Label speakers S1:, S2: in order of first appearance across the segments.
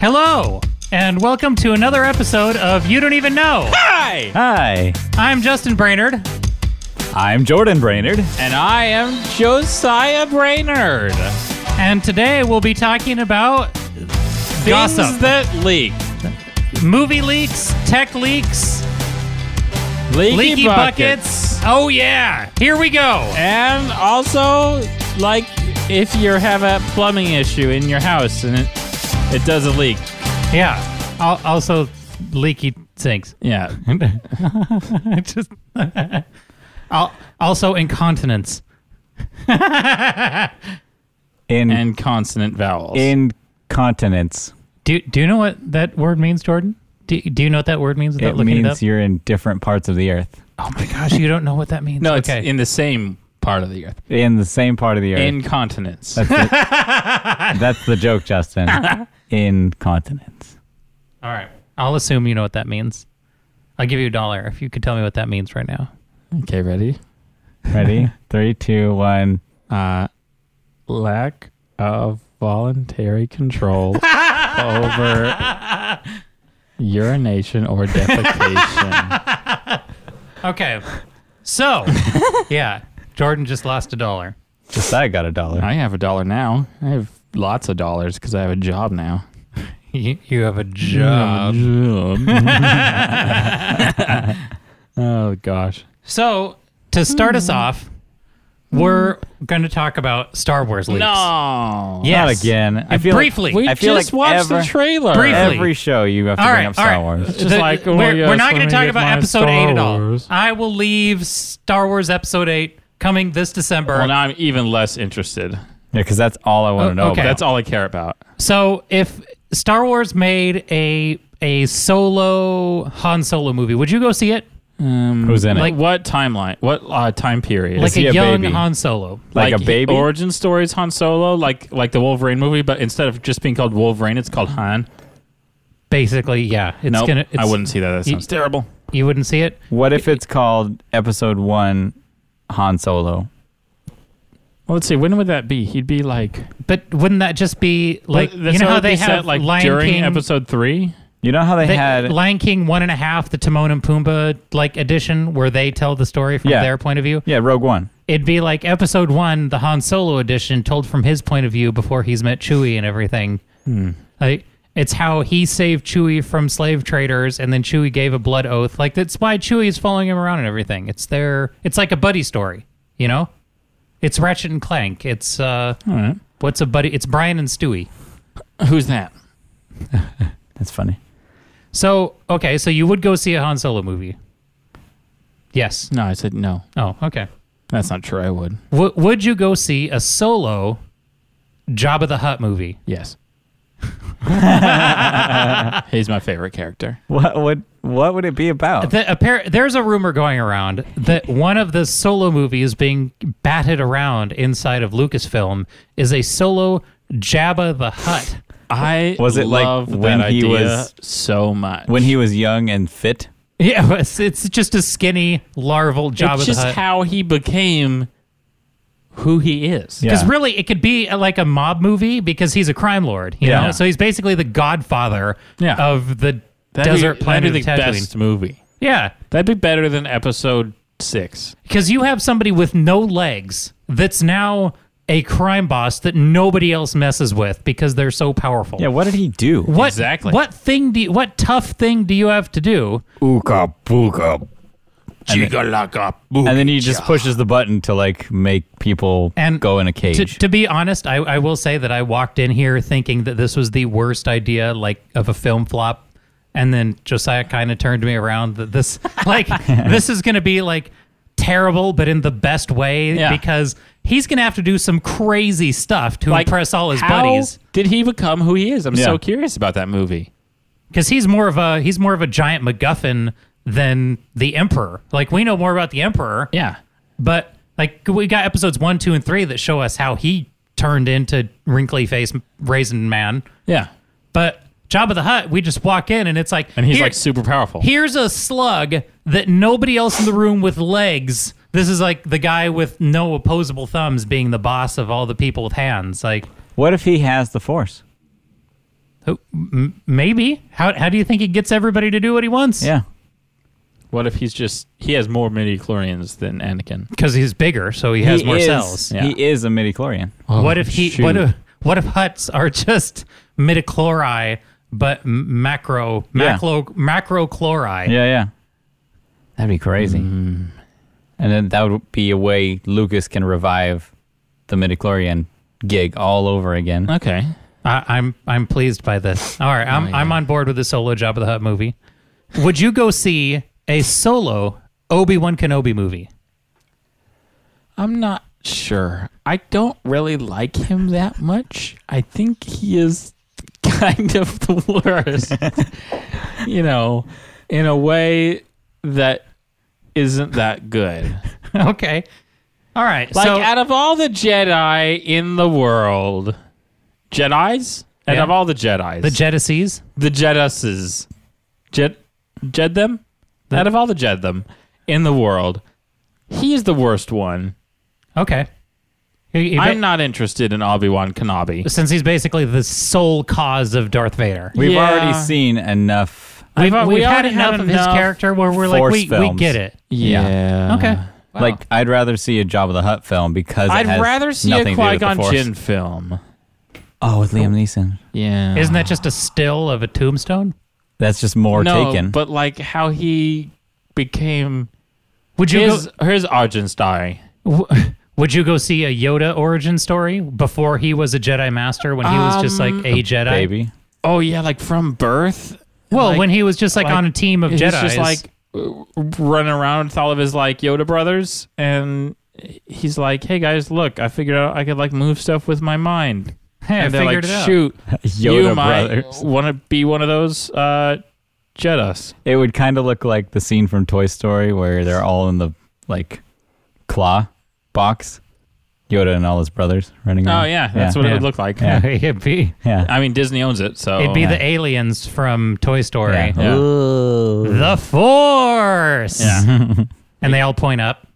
S1: Hello, and welcome to another episode of You Don't Even Know.
S2: Hi!
S3: Hi,
S1: I'm Justin Brainerd.
S3: I'm Jordan Brainerd.
S2: And I am Josiah Brainerd.
S1: And today we'll be talking about
S2: Things
S1: gossip,
S2: that leak.
S1: movie leaks, tech leaks,
S2: Leaky,
S1: leaky buckets. Eh, Oh yeah, here we go.
S2: And also, like, if you have a plumbing issue in your house and it, it does a leak.
S1: Yeah. Al- Also, leaky sinks.
S2: Yeah.
S1: Just. Al- also, incontinence.
S3: In
S2: and consonant vowels.
S3: incontinence.
S1: Do Do you know what that word means, Jordan? Do Do you know what that word means? Without
S3: It
S1: looking
S3: means
S1: it up?
S3: you're in different parts of the earth.
S1: oh my gosh, you don't know what that means.
S2: no, it's
S1: okay.
S2: in the same part of the earth.
S3: In the same part of the earth.
S2: Incontinence.
S3: That's the joke, Justin. incontinence.
S1: All right. I'll assume you know what that means. I'll give you a dollar if you could tell me what that means right now.
S2: okay, ready?
S3: Ready? Three, two, one.
S2: Uh, lack of voluntary control over urination or defecation.
S1: Okay. So, yeah, Jordan just lost a dollar.
S3: Just I got a
S1: Uh,
S3: dollar.
S2: I have a dollar now. I have lots of dollars because I have a job now.
S1: You, you have a job.
S2: oh gosh.
S1: So, to start
S3: Mm.
S1: us off, we're going to talk about Star Wars leaks.
S2: No.
S1: Yes.
S3: Not again. I feel
S1: briefly.
S2: We
S3: I feel
S2: just
S3: like
S2: watched the
S3: ever-
S2: trailer.
S1: Brief-
S3: Like
S1: briefly.
S3: every show you have to
S1: all
S3: bring
S1: right,
S3: up
S1: all
S3: Star
S1: right.
S3: Wars.
S2: just
S1: The-
S2: like, oh,
S1: we're,
S2: yes,
S1: we're not
S2: let
S1: going
S2: me
S1: to talk
S2: get
S1: about
S2: my
S1: episode
S2: Star
S1: 8 at all.
S2: Wars.
S1: I will leave Star Wars episode 8 coming this December.
S2: Well, now I'm even less interested.
S3: Yeah, because that's all I want to
S1: Oh,
S3: know.
S1: okay.
S3: About.
S2: That's all I care about.
S1: So if Star Wars made a a solo Han Solo movie, would you go see it?
S2: Um,
S3: Who's in it?
S2: Like what timeline? What uh, time period?
S1: Like
S3: he
S1: a
S3: a
S1: young
S3: baby?
S1: Han Solo.
S3: Like, a baby.
S2: origin stories Han Solo, like like the Wolverine movie, but instead of just being called Wolverine, it's called Han.
S1: Basically, yeah. It's
S2: No,
S1: gonna it's,
S2: I wouldn't see that. That sounds terrible.
S1: you wouldn't see it?
S3: what if it's called Episode One, Han Solo?
S2: Well, let's see. When would that be? He'd be like
S1: But wouldn't that just be like
S2: That's
S1: you know
S2: how
S1: how
S2: it'd be
S1: they
S2: set,
S1: have
S2: like
S1: Lion
S2: during
S1: King
S2: episode three.
S3: You know how they,
S1: they,
S3: had
S1: Lion King one and a half, the Timon and Pumbaa like edition, where they tell the story from
S3: Yeah.
S1: their point of view.
S3: yeah Rogue One.
S1: It'd be like episode one, the Han Solo edition, told from his point of view before he's met Chewie and everything. Like it's how he saved Chewie from slave traders, and then Chewie gave a blood oath. Like that's why Chewie is following him around and everything. It's their, it's like a buddy story, you know. It's Ratchet and Clank. It's uh, what's a buddy? It's Brian and Stewie.
S2: Who's that?
S3: That's funny.
S1: So okay, so you would go see a Han Solo movie? Yes.
S2: No, I said no.
S1: Oh, okay.
S2: That's not true. I would.
S1: W- would you go see a solo Jabba the Hutt movie?
S2: Yes. He's my favorite character.
S3: What would what would it be about?
S1: The, appar- there's a rumor going around that one of the solo movies being batted around inside of Lucasfilm is a solo Jabba the Hutt.
S2: I
S3: Was it like
S2: love
S3: when
S2: that
S3: he
S2: idea
S3: was-
S2: so much
S3: when he was young and fit.
S1: Yeah, it's, it's just a skinny larval Jabba
S2: It's
S1: the
S2: just
S1: Hutt.
S2: how he became who he is.
S1: because really, it could be uh like a mob movie because he's a crime lord, you
S3: Yeah.
S1: know. So he's basically the godfather
S2: Yeah.
S1: of the
S2: That'd be-
S1: desert planet of
S2: that'd be the
S1: Tatooine.
S2: best movie.
S1: Yeah,
S2: That'd be better than episode six.
S1: because you have somebody with no legs that's now a crime boss that nobody else messes with because they're so powerful.
S3: Yeah, what did he do?
S1: What
S2: Exactly.
S1: What thing do you, what tough thing do you have to do?
S3: Ooka booka.
S2: Jigalaka
S3: And then he just pushes the button to like make people
S1: And
S3: go in a cage.
S1: To, to be honest, I, I will say that I walked in here thinking that this was the worst idea like of a film flop, and then Josiah kind of turned me around that this like this is going to be like terrible, but in the best way
S2: Yeah.
S1: because he's going to have to do some crazy stuff to impress all his
S2: how
S1: buddies
S2: Did he become who he is? I'm
S3: Yeah.
S2: so curious about that movie.
S1: because he's more of a he's more of a giant MacGuffin than the Emperor. Like we know more about the Emperor.
S2: Yeah.
S1: But like we got episodes one, two, and three that show us how he turned into wrinkly face raisin man.
S2: Yeah.
S1: But Jabba the Hutt, we just walk in and it's like
S2: And he's
S1: "Here-
S2: like super powerful.
S1: here's a slug that nobody else in the room with legs. This is like the guy with no opposable thumbs being the boss of all the people with hands. Like
S3: what if he has the force?
S1: Oh, m- maybe. How how do you think he gets everybody to do what he wants?
S3: Yeah.
S2: What if he's just he has more midi chlorians than Anakin?
S1: because he's bigger, so he has
S3: He
S1: more
S3: is-
S1: cells.
S2: Yeah.
S3: He is a midi chlorian.
S2: Oh,
S1: what if he? What if what if huts are just midichlori but m- macro
S3: Yeah.
S1: macro macrochlori?
S3: Yeah, yeah. That'd be crazy. And then that would be a way Lucas can revive the midichlorian gig all over again.
S2: Okay.
S1: I, I'm I'm pleased by this. All right,
S2: Oh,
S1: I'm I'm on board with the solo Job of the Hut movie. Would you go see a solo Obi Wan Kenobi movie?
S2: I'm not sure. I don't really like him that much. I think he is kind of the worst. you know, in a way that isn't that good.
S1: okay. All right.
S2: Like
S1: so
S2: out of all the Jedi in the world, Jedi's out
S1: Yeah.
S2: of all the Jedi's,
S1: the Jedisees.
S2: the Jeduses, Jed, Jed them,
S1: The-
S2: out of all the Jed them in the world, he's the worst one.
S1: Okay. He- he ba-
S2: I'm not interested in Obi Wan Kenobi.
S1: since he's basically the sole cause of Darth Vader.
S3: We've
S2: Yeah.
S3: already seen enough.
S1: We've,
S2: I've-
S1: we've
S2: we
S1: had
S2: already
S1: enough
S2: had
S1: of
S2: enough
S1: his character where we're like,
S3: Force
S1: we, we
S3: films.
S1: get it.
S3: Yeah.
S1: Okay.
S2: Uh-huh.
S3: Like I'd rather see a Job of the Hut film because it
S2: I'd
S3: has
S2: rather see a
S3: nothing to do
S2: Qui
S3: with the
S2: Gon
S3: Force.
S2: Jinn film.
S3: Oh, with Liam Neeson.
S2: Yeah.
S1: Isn't that just a still of a tombstone?
S3: That's just more
S2: no,
S3: taken.
S2: but like how he became
S1: Would you
S2: his his origin story.
S1: go, w- would you go see a Yoda origin story before he was a Jedi master when he was just
S2: Um,
S1: like a Jedi?
S3: baby.
S2: Oh yeah, like from birth.
S1: Well,
S2: Like-
S1: when he was just like,
S2: like,
S1: on a team of
S2: he's
S1: Jedi,
S2: just like uh, running around with all of his like Yoda brothers, and he's like, "Hey guys, look, I figured out I could like move stuff with my mind."
S1: hey, I
S2: and they're
S1: figured
S2: like,
S1: it out.
S2: "Shoot,
S3: Yoda
S2: you might
S3: brothers.
S2: want to be one of those uh, Jedi's."
S3: It would kind of look like the scene from Toy Story where they're all in the like claw box. Yoda and all his brothers running
S2: Oh
S3: around.
S2: yeah, that's what
S1: yeah.
S2: it would look like.
S1: it'd be
S3: Yeah.
S2: I mean, Disney owns it, so
S1: it'd be the aliens from Toy Story.
S3: Yeah.
S2: Oh, Yeah.
S1: The Force.
S2: yeah.
S1: and they all point up.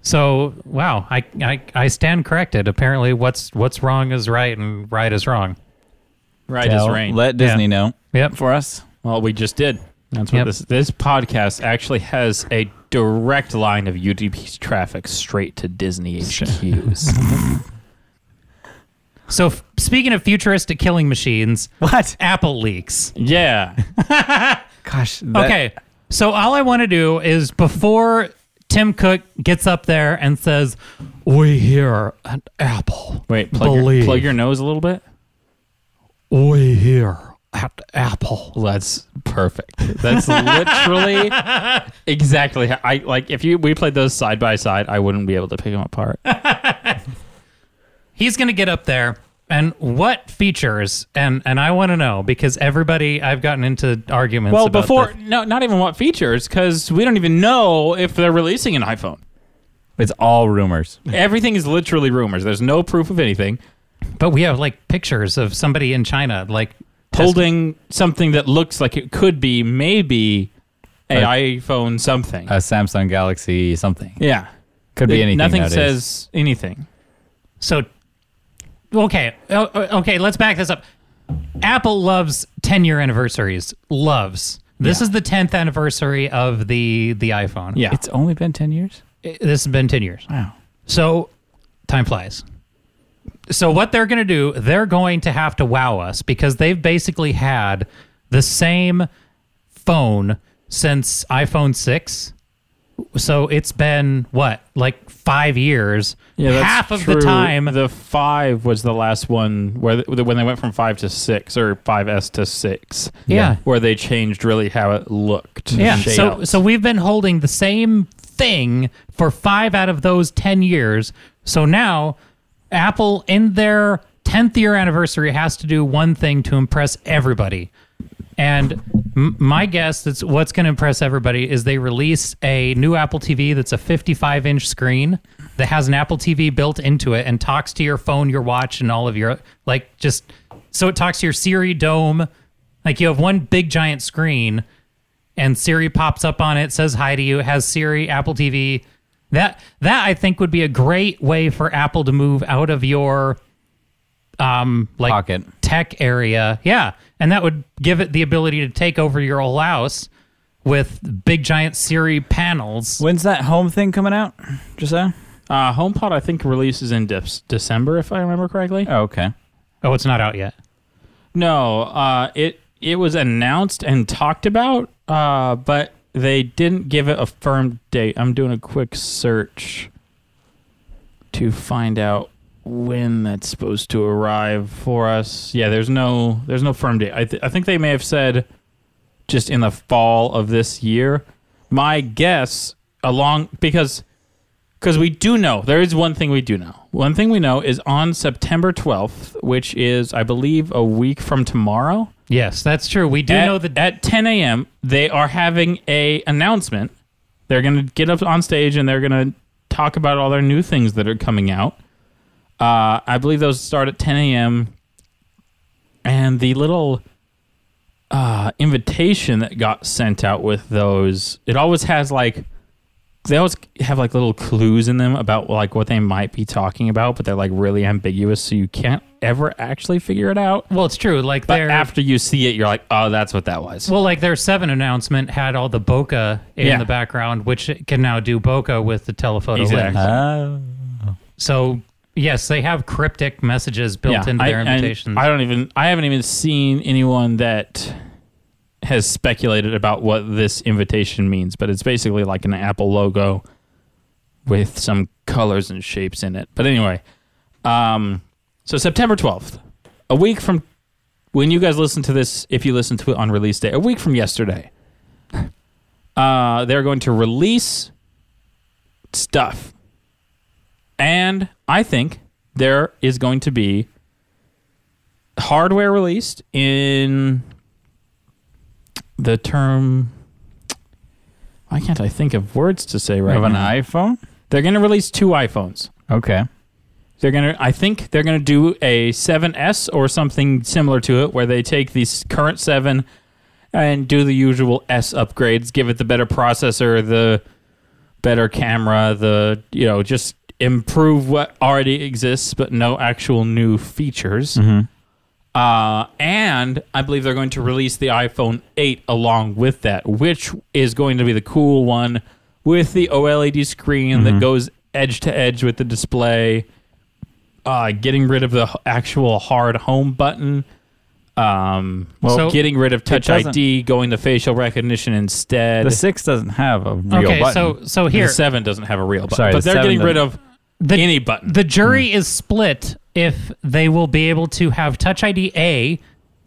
S1: So wow, I, I I stand corrected. Apparently, what's what's wrong is right, and right is wrong.
S2: right is
S3: Tell-
S2: rain.
S3: Let Disney know
S1: Yep.
S3: for us.
S2: well, we just did. That's what
S1: Yep.
S2: this this podcast actually has a direct line of UDP's traffic straight to Disney HQs.
S1: So f- speaking of futuristic killing machines,
S3: What?
S1: Apple leaks.
S2: yeah.
S3: Gosh.
S1: okay, so all I want to do is before Tim Cook gets up there and says, "We hear an apple.
S2: Wait, plug your,
S1: Believe.
S2: plug your nose a little bit.
S1: We hear an apple."
S2: That's perfect. That's literally exactly how I like. If you we played those side by side, I wouldn't be able to pick them apart.
S1: He's gonna get up there. And what features? And and I want to know because everybody I've gotten into arguments.
S2: Well,
S1: about
S2: before
S1: the-
S2: no, not even what features, because we don't even know if they're releasing an iPhone.
S3: It's all rumors.
S2: Everything is literally rumors. There's no proof of anything.
S1: But we have like pictures of somebody in China, like
S2: Holding something that looks like it could be maybe a iPhone something.
S3: A Samsung Galaxy something.
S2: yeah,
S3: Could be anything.
S2: Nothing
S3: nowadays.
S2: says anything.
S1: so. Okay, o- o- okay, let's back this up. Apple loves ten-year anniversaries. Loves. This is the tenth anniversary of the the iPhone.
S2: Yeah,
S3: It's only been 10 years?
S1: I- this has been ten years.
S3: Wow.
S1: So, time flies. So what they're going to do? They're going to have to wow us because they've basically had the same phone since iPhone six. So it's been what, like five years? half of the time.
S2: The five was the last one where the, when they went from five to six or 5S to six.
S1: Yeah.
S2: where they changed really how it looked.
S1: yeah.
S2: Shade
S1: So
S2: outs.
S1: so we've been holding the same thing for five out of those ten years. So now Apple in their tenth year anniversary has to do one thing to impress everybody. And m- my guess that's what's going to impress everybody is they release a new Apple TV that's a 55 inch screen that has an Apple TV built into it and talks to your phone, your watch, and all of your like just so it talks to your Siri dome. Like you have one big giant screen and Siri pops up on it, says hi to you, has Siri, Apple TV. That that I think would be a great way for Apple to move out of your um like
S3: Pocket.
S1: tech area. Yeah. And that would give it the ability to take over your whole house with big giant Siri panels.
S3: When's that home thing coming out? Just so?
S2: Uh, HomePod, I think, releases in de- December, if I remember correctly.
S3: Oh, okay.
S1: Oh, it's not out yet.
S2: No, uh, it it was announced and talked about, uh, but they didn't give it a firm date. I'm doing a quick search to find out when that's supposed to arrive for us. Yeah, there's no there's no firm date. I th- I think they may have said just in the fall of this year. My guess along because because we do know there is one thing we do know. One thing we know is on September 12th, which is I believe a week from tomorrow.
S1: Yes, that's true. We do
S2: at,
S1: know that.
S2: at 10 a.m. they are having a announcement. They're gonna get up on stage and they're gonna talk about all their new things that are coming out. Uh, I believe those start at 10 a.m. And the little uh, invitation that got sent out with those, it always has like they always have like little clues in them about like what they might be talking about, but they're like really ambiguous, so you can't ever actually figure it out.
S1: Well, it's true. Like
S2: But
S1: their
S2: after you see it, you're like, oh, that's what that was.
S1: well, like their seven announcement had all the bokeh in
S2: Yeah.
S1: the background, which it can now do bokeh with the telephoto
S2: Exactly.
S1: lens.
S3: Uh,
S1: So yes, they have cryptic messages built into their
S2: and
S1: invitations.
S2: I don't even. I haven't even seen anyone that has speculated about what this invitation means, but it's basically like an Apple logo with some colors and shapes in it. But anyway, um, so September twelfth, a week from when you guys listen to this, if you listen to it on release day, a week from yesterday, uh, they're going to release stuff. And I think there is going to be hardware released in the term. Why can't I think of words to say right
S3: of an
S2: now?
S3: iPhone?
S2: They're going to release two iPhones.
S3: Okay.
S2: They're going to I think they're going to do a 7S or something similar to it where they take the s- current 7 and do the usual S upgrades, give it the better processor, the better camera, the you know, just improve what already exists but no actual new features.
S3: Mm-hmm.
S2: Uh, and I believe they're going to release the iPhone 8 along with that, which is going to be the cool one with the OLED screen
S3: Mm-hmm.
S2: that goes edge to edge with the display, uh, getting rid of the h- actual hard home button, um, well,
S1: So-
S2: getting rid of Touch
S3: doesn't-
S2: ID, going to facial recognition instead.
S3: The six doesn't have a real
S1: okay,
S3: button.
S1: so so
S2: The
S1: here
S2: 7 doesn't have a real button,
S3: Sorry,
S2: but
S3: the
S2: they're
S3: 7
S2: getting rid of
S1: the
S2: any Hmm. button.
S1: the jury is split if they will be able to have Touch ID A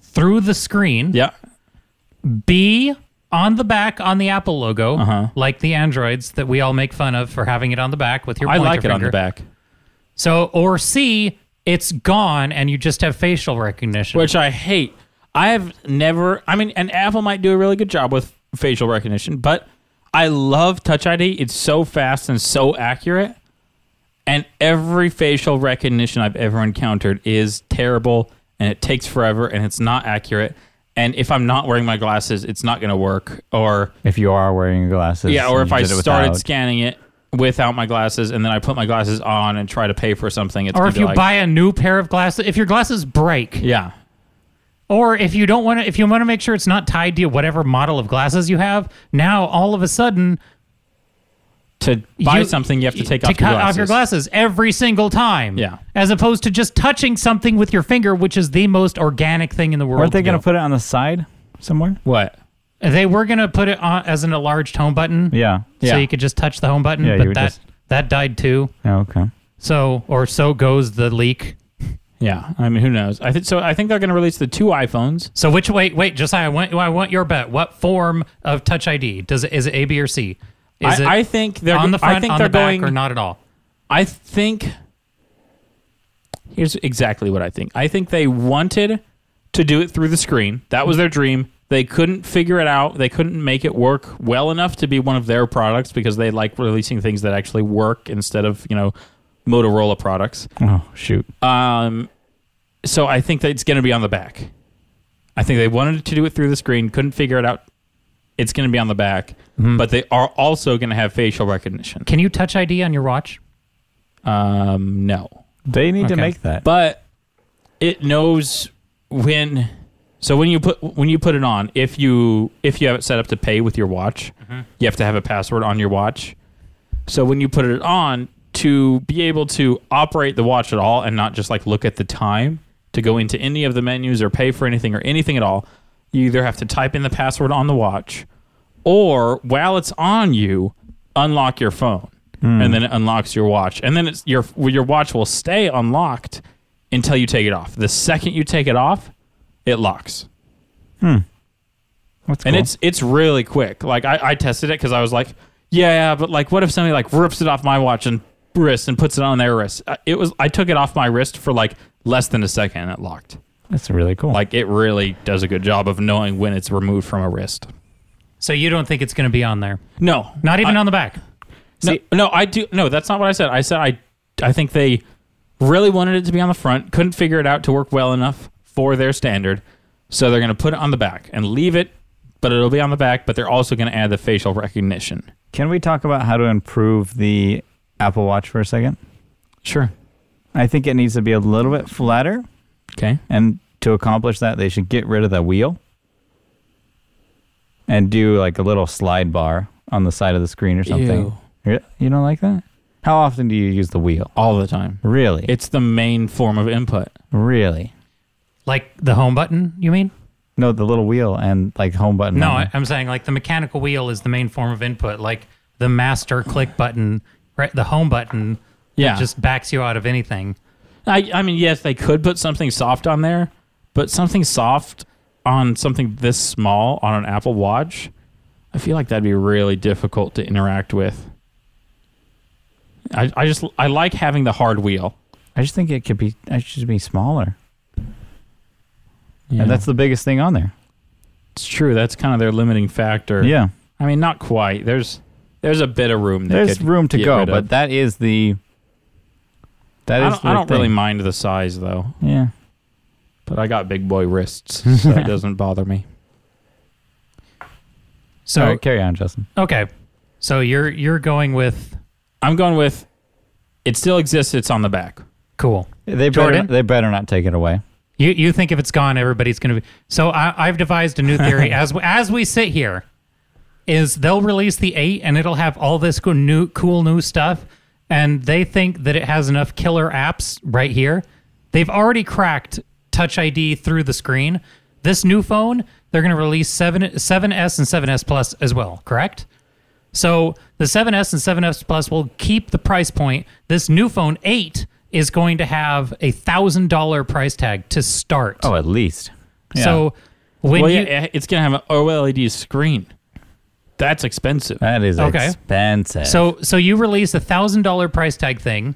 S1: through the screen,
S2: yeah.
S1: B on the back on the Apple logo,
S2: Uh-huh.
S1: like the Androids that we all make fun of for having it on the back with your
S2: I
S1: pointer
S2: like it on the
S1: finger.
S2: back,
S1: So or C, it's gone and you just have facial recognition.
S2: which I hate. I have never, I mean, and Apple might do a really good job with facial recognition, but I love Touch ID. It's so fast and so accurate. And every facial recognition I've ever encountered is terrible and it takes forever and it's not accurate. And if I'm not wearing my glasses, it's not going to work. Or
S3: if you are wearing glasses,
S2: Yeah, or
S3: and
S2: if
S3: you
S2: I
S3: did it
S2: started
S3: without-
S2: scanning it without my glasses and then I put my glasses on and try to pay for something, it's
S1: or
S2: gonna
S1: if
S2: be
S1: you
S2: like,
S1: buy a new pair of glasses, if your glasses break,
S2: yeah,
S1: or if you don't want to, if you want to make sure it's not tied to whatever model of glasses you have, now all of a sudden
S2: to buy
S1: you-
S2: something, you have to take
S1: to
S2: off,
S1: cut
S2: your
S1: off your glasses every single time.
S2: Yeah.
S1: As opposed to just touching something with your finger, which is the most organic thing in the world.
S3: Weren't they
S1: to
S3: going to
S1: do.
S3: put it on the side somewhere?
S2: What?
S1: They were gonna put it on as an enlarged home button.
S3: Yeah.
S1: So
S2: Yeah.
S1: you could just touch the home button,
S3: Yeah, you
S1: but
S3: would
S1: that
S3: just-
S1: that died too.
S3: Yeah, okay.
S1: So or so goes the leak.
S2: Yeah, I mean, who knows? I think so. I think they're going to release the two iPhones.
S1: So which wait wait Josiah, I want I want your bet. What form of Touch ID does it? Is it A, B, or C? Is
S2: I,
S1: it
S2: I think they're
S1: on the front,
S2: I think
S1: on
S2: they're
S1: the back,
S2: going.
S1: or not at all?
S2: I think here's exactly what I think. I think they wanted to do it through the screen. That was their dream. They couldn't figure it out. They couldn't make it work well enough to be one of their products because they like releasing things that actually work instead of you know Motorola products.
S3: Oh, shoot.
S2: Um, so I think that it's going to be on the back. I think they wanted to do it through the screen, couldn't figure it out. It's going to be on the back, but they are also going to have facial recognition.
S1: Can you Touch ID on your watch?
S2: Um, no,
S3: They need to
S1: Okay.
S3: make that.
S2: but it knows when so when you put when you put it on, if you if you have it set up to pay with your watch, you have to have a password on your watch. So when you put it on, to be able to operate the watch at all and not just like look at the time to go into any of the menus or pay for anything or anything at all, you either have to type in the password on the watch or while it's on you, unlock your phone.
S1: Hmm.
S2: And then it unlocks your watch. And then it's your your watch will stay unlocked until you take it off. The second you take it off, it locks
S3: That's
S2: and it's it's really quick like i, I tested it because i was like yeah but like what if somebody like rips it off my watch and wrist and puts it on their wrist Uh, it was i took it off my wrist for like less than a second and it locked
S3: that's really cool.
S2: like it really does a good job of knowing when it's removed from a wrist
S1: So you don't think it's going to be on there?
S2: no
S1: Not even
S2: I-
S1: on the back.
S2: no, no i do no that's not what i said i said i i think they really wanted it to be on the front couldn't figure it out to work well enough for their standard so they're going to put it on the back and leave it but it'll be on the back but they're also going to add the facial recognition
S3: Can we talk about how to improve the Apple Watch for a second?
S2: Sure.
S3: I think it needs to be a little bit flatter,
S2: Okay.
S3: and to accomplish that, they should get rid of the wheel and do like a little slide bar on the side of the screen or something. Re- You don't like that? How often do you use the wheel?
S2: All the time.
S3: Really?
S2: It's the main form of input.
S3: really?
S1: Like the home button, you mean?
S3: No, the little wheel and like home button.
S1: No,
S3: on
S1: I, I'm saying like the mechanical wheel is the main form of input. Like the master click button, right? The home button
S2: Yeah.
S1: just backs you out of anything.
S2: I, I mean, yes, they could put something soft on there, but something soft on something this small on an Apple Watch, I feel like that'd be really difficult to interact with. I, I just I like having the hard wheel.
S3: I just think it could be. It should be smaller. And that's the biggest thing on there.
S2: it's true. That's kind of their limiting factor.
S3: Yeah,
S2: I mean, not quite. There's there's a bit of room. They
S3: there's
S2: could
S3: room to
S2: get
S3: go,
S2: rid of.
S3: but that is the. That is.
S2: I don't, I
S3: the
S2: don't really
S3: thing.
S2: mind the size though.
S3: Yeah.
S2: But I got big boy wrists, so it doesn't bother me.
S1: So
S3: All right, carry on, Justin.
S1: okay, so you're you're going with
S2: I'm going with it still exists, it's on the back.
S1: cool.
S3: They
S1: Jordan?
S3: better. They better not take it away.
S1: You you think if it's gone, everybody's going to be. So I, I've devised a new theory as as we sit here, is they'll release the eight and it'll have all this cool new cool new stuff, and they think that it has enough killer apps right here. They've already cracked Touch ID through the screen. This new phone, they're going to release 7, 7S and 7S Plus as well, correct? So the 7S and 7S Plus will keep the price point. This new phone 8 is going to have a $1,000 price tag to start.
S2: Oh,
S3: at least.
S1: So when
S2: well,
S1: you,
S2: yeah, it's going to have an OLED screen. That's expensive.
S3: That is
S1: Okay.
S3: expensive.
S1: so so you release a $1,000 price tag thing
S2: I'm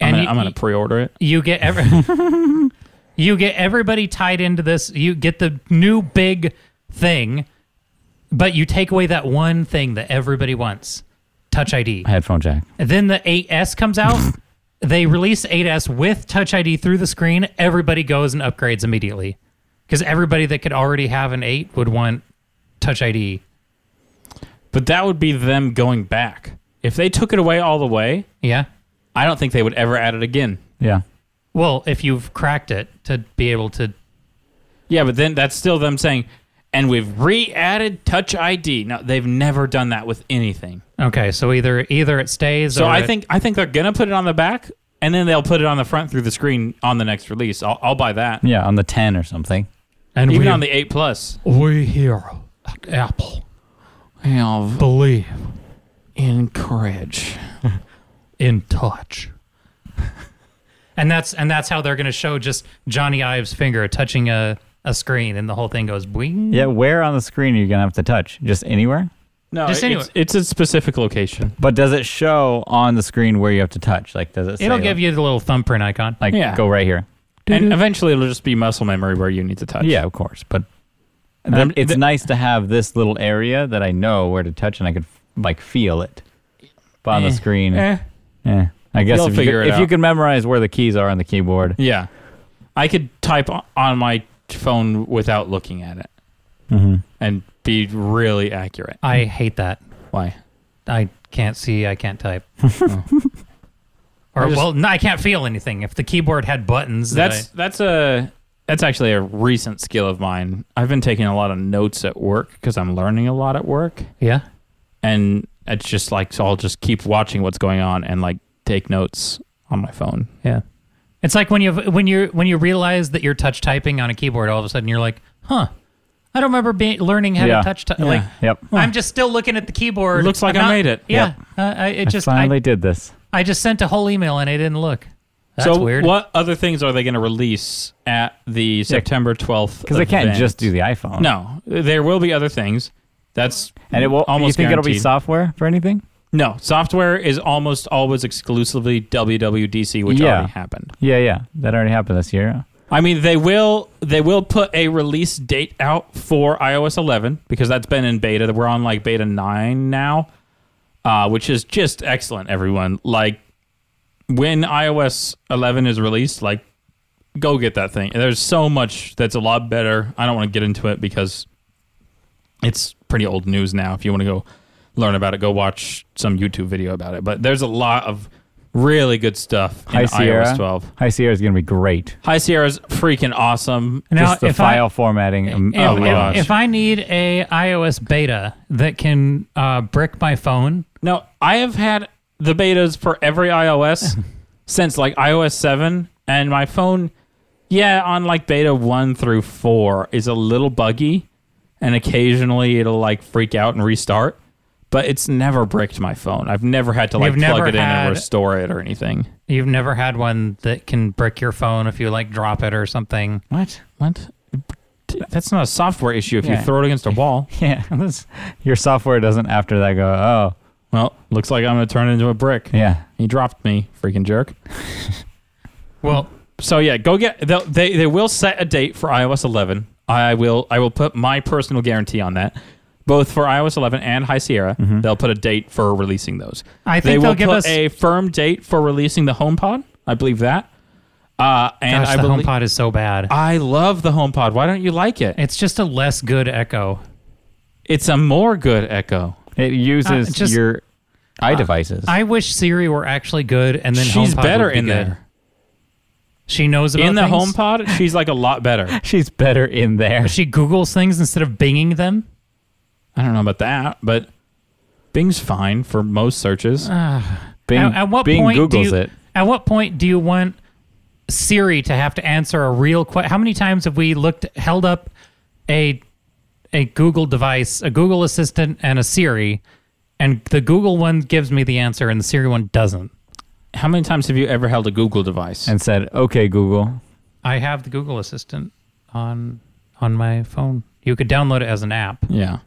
S1: and
S2: gonna-
S1: you-
S2: I'm going to pre order it.
S1: you get every you get everybody tied into this you get the new big thing but you take away that one thing that everybody wants touch id
S3: headphone jack.
S1: And then the 8s comes out they release 8s with touch id through the screen everybody goes and upgrades immediately because everybody that could already have an 8 would want touch id
S2: But that would be them going back. If they took it away all the way,
S1: yeah
S2: I don't think they would ever add it again.
S3: Yeah.
S1: well if you've cracked it to be able to
S2: Yeah, but then that's still them saying, and we've re added Touch ID. No, they've never done that with anything.
S1: okay so either either it stays
S2: So
S1: or
S2: I
S1: it-
S2: think I think they're going to put it on the back, and then they'll put it on the front through the screen on the next release. I'll, I'll buy that.
S3: Yeah, on the ten or something.
S1: and
S2: Even
S1: we-
S2: on the 8 Plus.
S1: We here at Apple believe
S2: in courage.
S1: in touch. and that's and that's how they're going to show just Johnny Ives' finger touching a, a screen, and the whole thing goes boing.
S3: Yeah. Where on the screen are you gonna have to touch? Just anywhere.
S2: No,
S1: Just
S2: it-
S1: anyway.
S2: it's, it's a specific location.
S3: But does it show on the screen where you have to touch? Like, does it? Say,
S1: It'll give you the little thumbprint icon.
S3: like
S2: Yeah.
S3: go right here.
S2: And eventually it'll just be muscle memory where you need to touch.
S3: Yeah, of course. But
S2: And
S3: then
S2: I'm-
S3: it's
S2: th-
S3: nice to have this little area that I know where to touch and I could like feel it. But on
S2: Eh.
S3: the screen,
S2: Eh.
S3: eh. I guess
S2: You'll
S3: if, you
S2: figure
S3: could,
S2: it
S3: if you
S2: out.
S3: could memorize where the keys are on the keyboard,
S2: Yeah. I could type o- on my phone without looking at it and be really accurate.
S1: I hate that.
S2: Why?
S1: I can't see. I can't type. Or
S2: I just-
S1: well, no, I can't feel anything. If the keyboard had buttons, that
S2: That's that's a that's actually a recent skill of mine. I've been taking a lot of notes at work because I'm learning a lot at work,
S1: Yeah.
S2: and it's just like so I'll just keep watching what's going on and like take notes on my phone.
S1: Yeah. It's like when you when you when you realize that you're touch typing on a keyboard, all of a sudden you're like, huh. I don't remember being learning how
S3: Yeah.
S1: to touch. T-
S2: Yeah.
S1: Like,
S3: Yep.
S1: I'm just still looking at the keyboard.
S2: Looks like
S1: I'm
S2: I made it.
S1: Yeah, uh, I, it just
S3: I
S1: I,
S3: finally did this.
S1: I just sent a whole email and I didn't look. That's
S2: so
S1: weird.
S2: what other things are they going to release at the September 12th?
S3: Because they can't just do the iPhone.
S2: No, there will be other things. That's
S3: And it will.
S2: almost
S3: you think it'll be
S2: guaranteed.
S3: software for anything?
S2: No, software is almost always exclusively WWDC, which
S3: Yeah.
S2: already happened.
S3: Yeah, yeah. That already happened this year.
S2: I mean, they will they will put a release date out for iOS 11 because that's been in beta. We're on like beta 9 now, uh, which is just excellent. Everyone, like when iOS 11 is released, like go get that thing. There's so much that's a lot better. I don't want to get into it because it's pretty old news now. If you want to go learn about it, go watch some YouTube video about it. But there's a lot of really good stuff in
S3: Hi Sierra.
S2: iOS 12.
S3: High Sierra is going to be great.
S2: High Sierra's freaking awesome.
S1: Now,
S3: just the
S1: if I-
S3: file formatting. um,
S1: If,
S2: Oh my
S1: if-
S2: gosh.
S1: if I need a iOS beta that can uh, brick my phone,
S2: No, I have had the betas for every iOS since like iOS 7 and my phone yeah, on like beta 1 through 4 is a little buggy and occasionally it'll like freak out and restart, but it's never bricked my phone. I've never had to like
S1: You've
S2: plug
S1: never
S2: it in
S1: had-
S2: and restore it or anything.
S1: you've never had one that can brick your phone if you like drop it or something.
S2: What? What? That's not a software issue if
S3: Yeah.
S2: you throw it against a wall.
S3: yeah, this- your software doesn't after that go. Oh,
S2: Well, looks like I'm going to turn into a brick.
S3: yeah.
S2: He dropped me, freaking jerk.
S1: Well,
S2: So yeah, go get they'll- they they will set a date for iOS 11. I will I will put my personal guarantee on that. Both for iOS 11 and High Sierra,
S1: Mm-hmm.
S2: they'll put a date for releasing those.
S1: I think
S2: they
S1: they'll
S2: will
S1: give
S2: put
S1: us-
S2: a firm date for releasing the HomePod. I believe that. Uh, and
S1: gosh, the
S2: I belie-
S1: HomePod is so bad.
S2: I love the HomePod. Why don't you like it?
S1: it's just a less good Echo.
S2: It's a more good Echo.
S3: It uses
S1: Uh, just-
S3: your iDevices.
S1: I wish Siri were actually good, and then
S2: She's
S1: HomePod
S2: better
S1: would be
S2: in
S1: good.
S2: there.
S1: She knows about
S2: In the
S1: things.
S2: HomePod, she's like a lot better.
S3: She's better in there.
S1: She Googles things instead of binging them.
S2: I don't know about that, but Bing's fine for most searches.
S1: Uh.
S3: Bing,
S1: at, at what
S3: Bing
S1: point
S3: Googles
S1: do you,
S3: it.
S1: At what point do you want Siri to have to answer a real question? How many times have we looked held up a a Google device, a Google Assistant, and a Siri, and the Google one gives me the answer, and the Siri one doesn't?
S2: How many times have you ever held a Google device?
S3: And said, "Okay, Google."
S1: I have the Google Assistant on on my phone. You could download it as an app.
S2: yeah.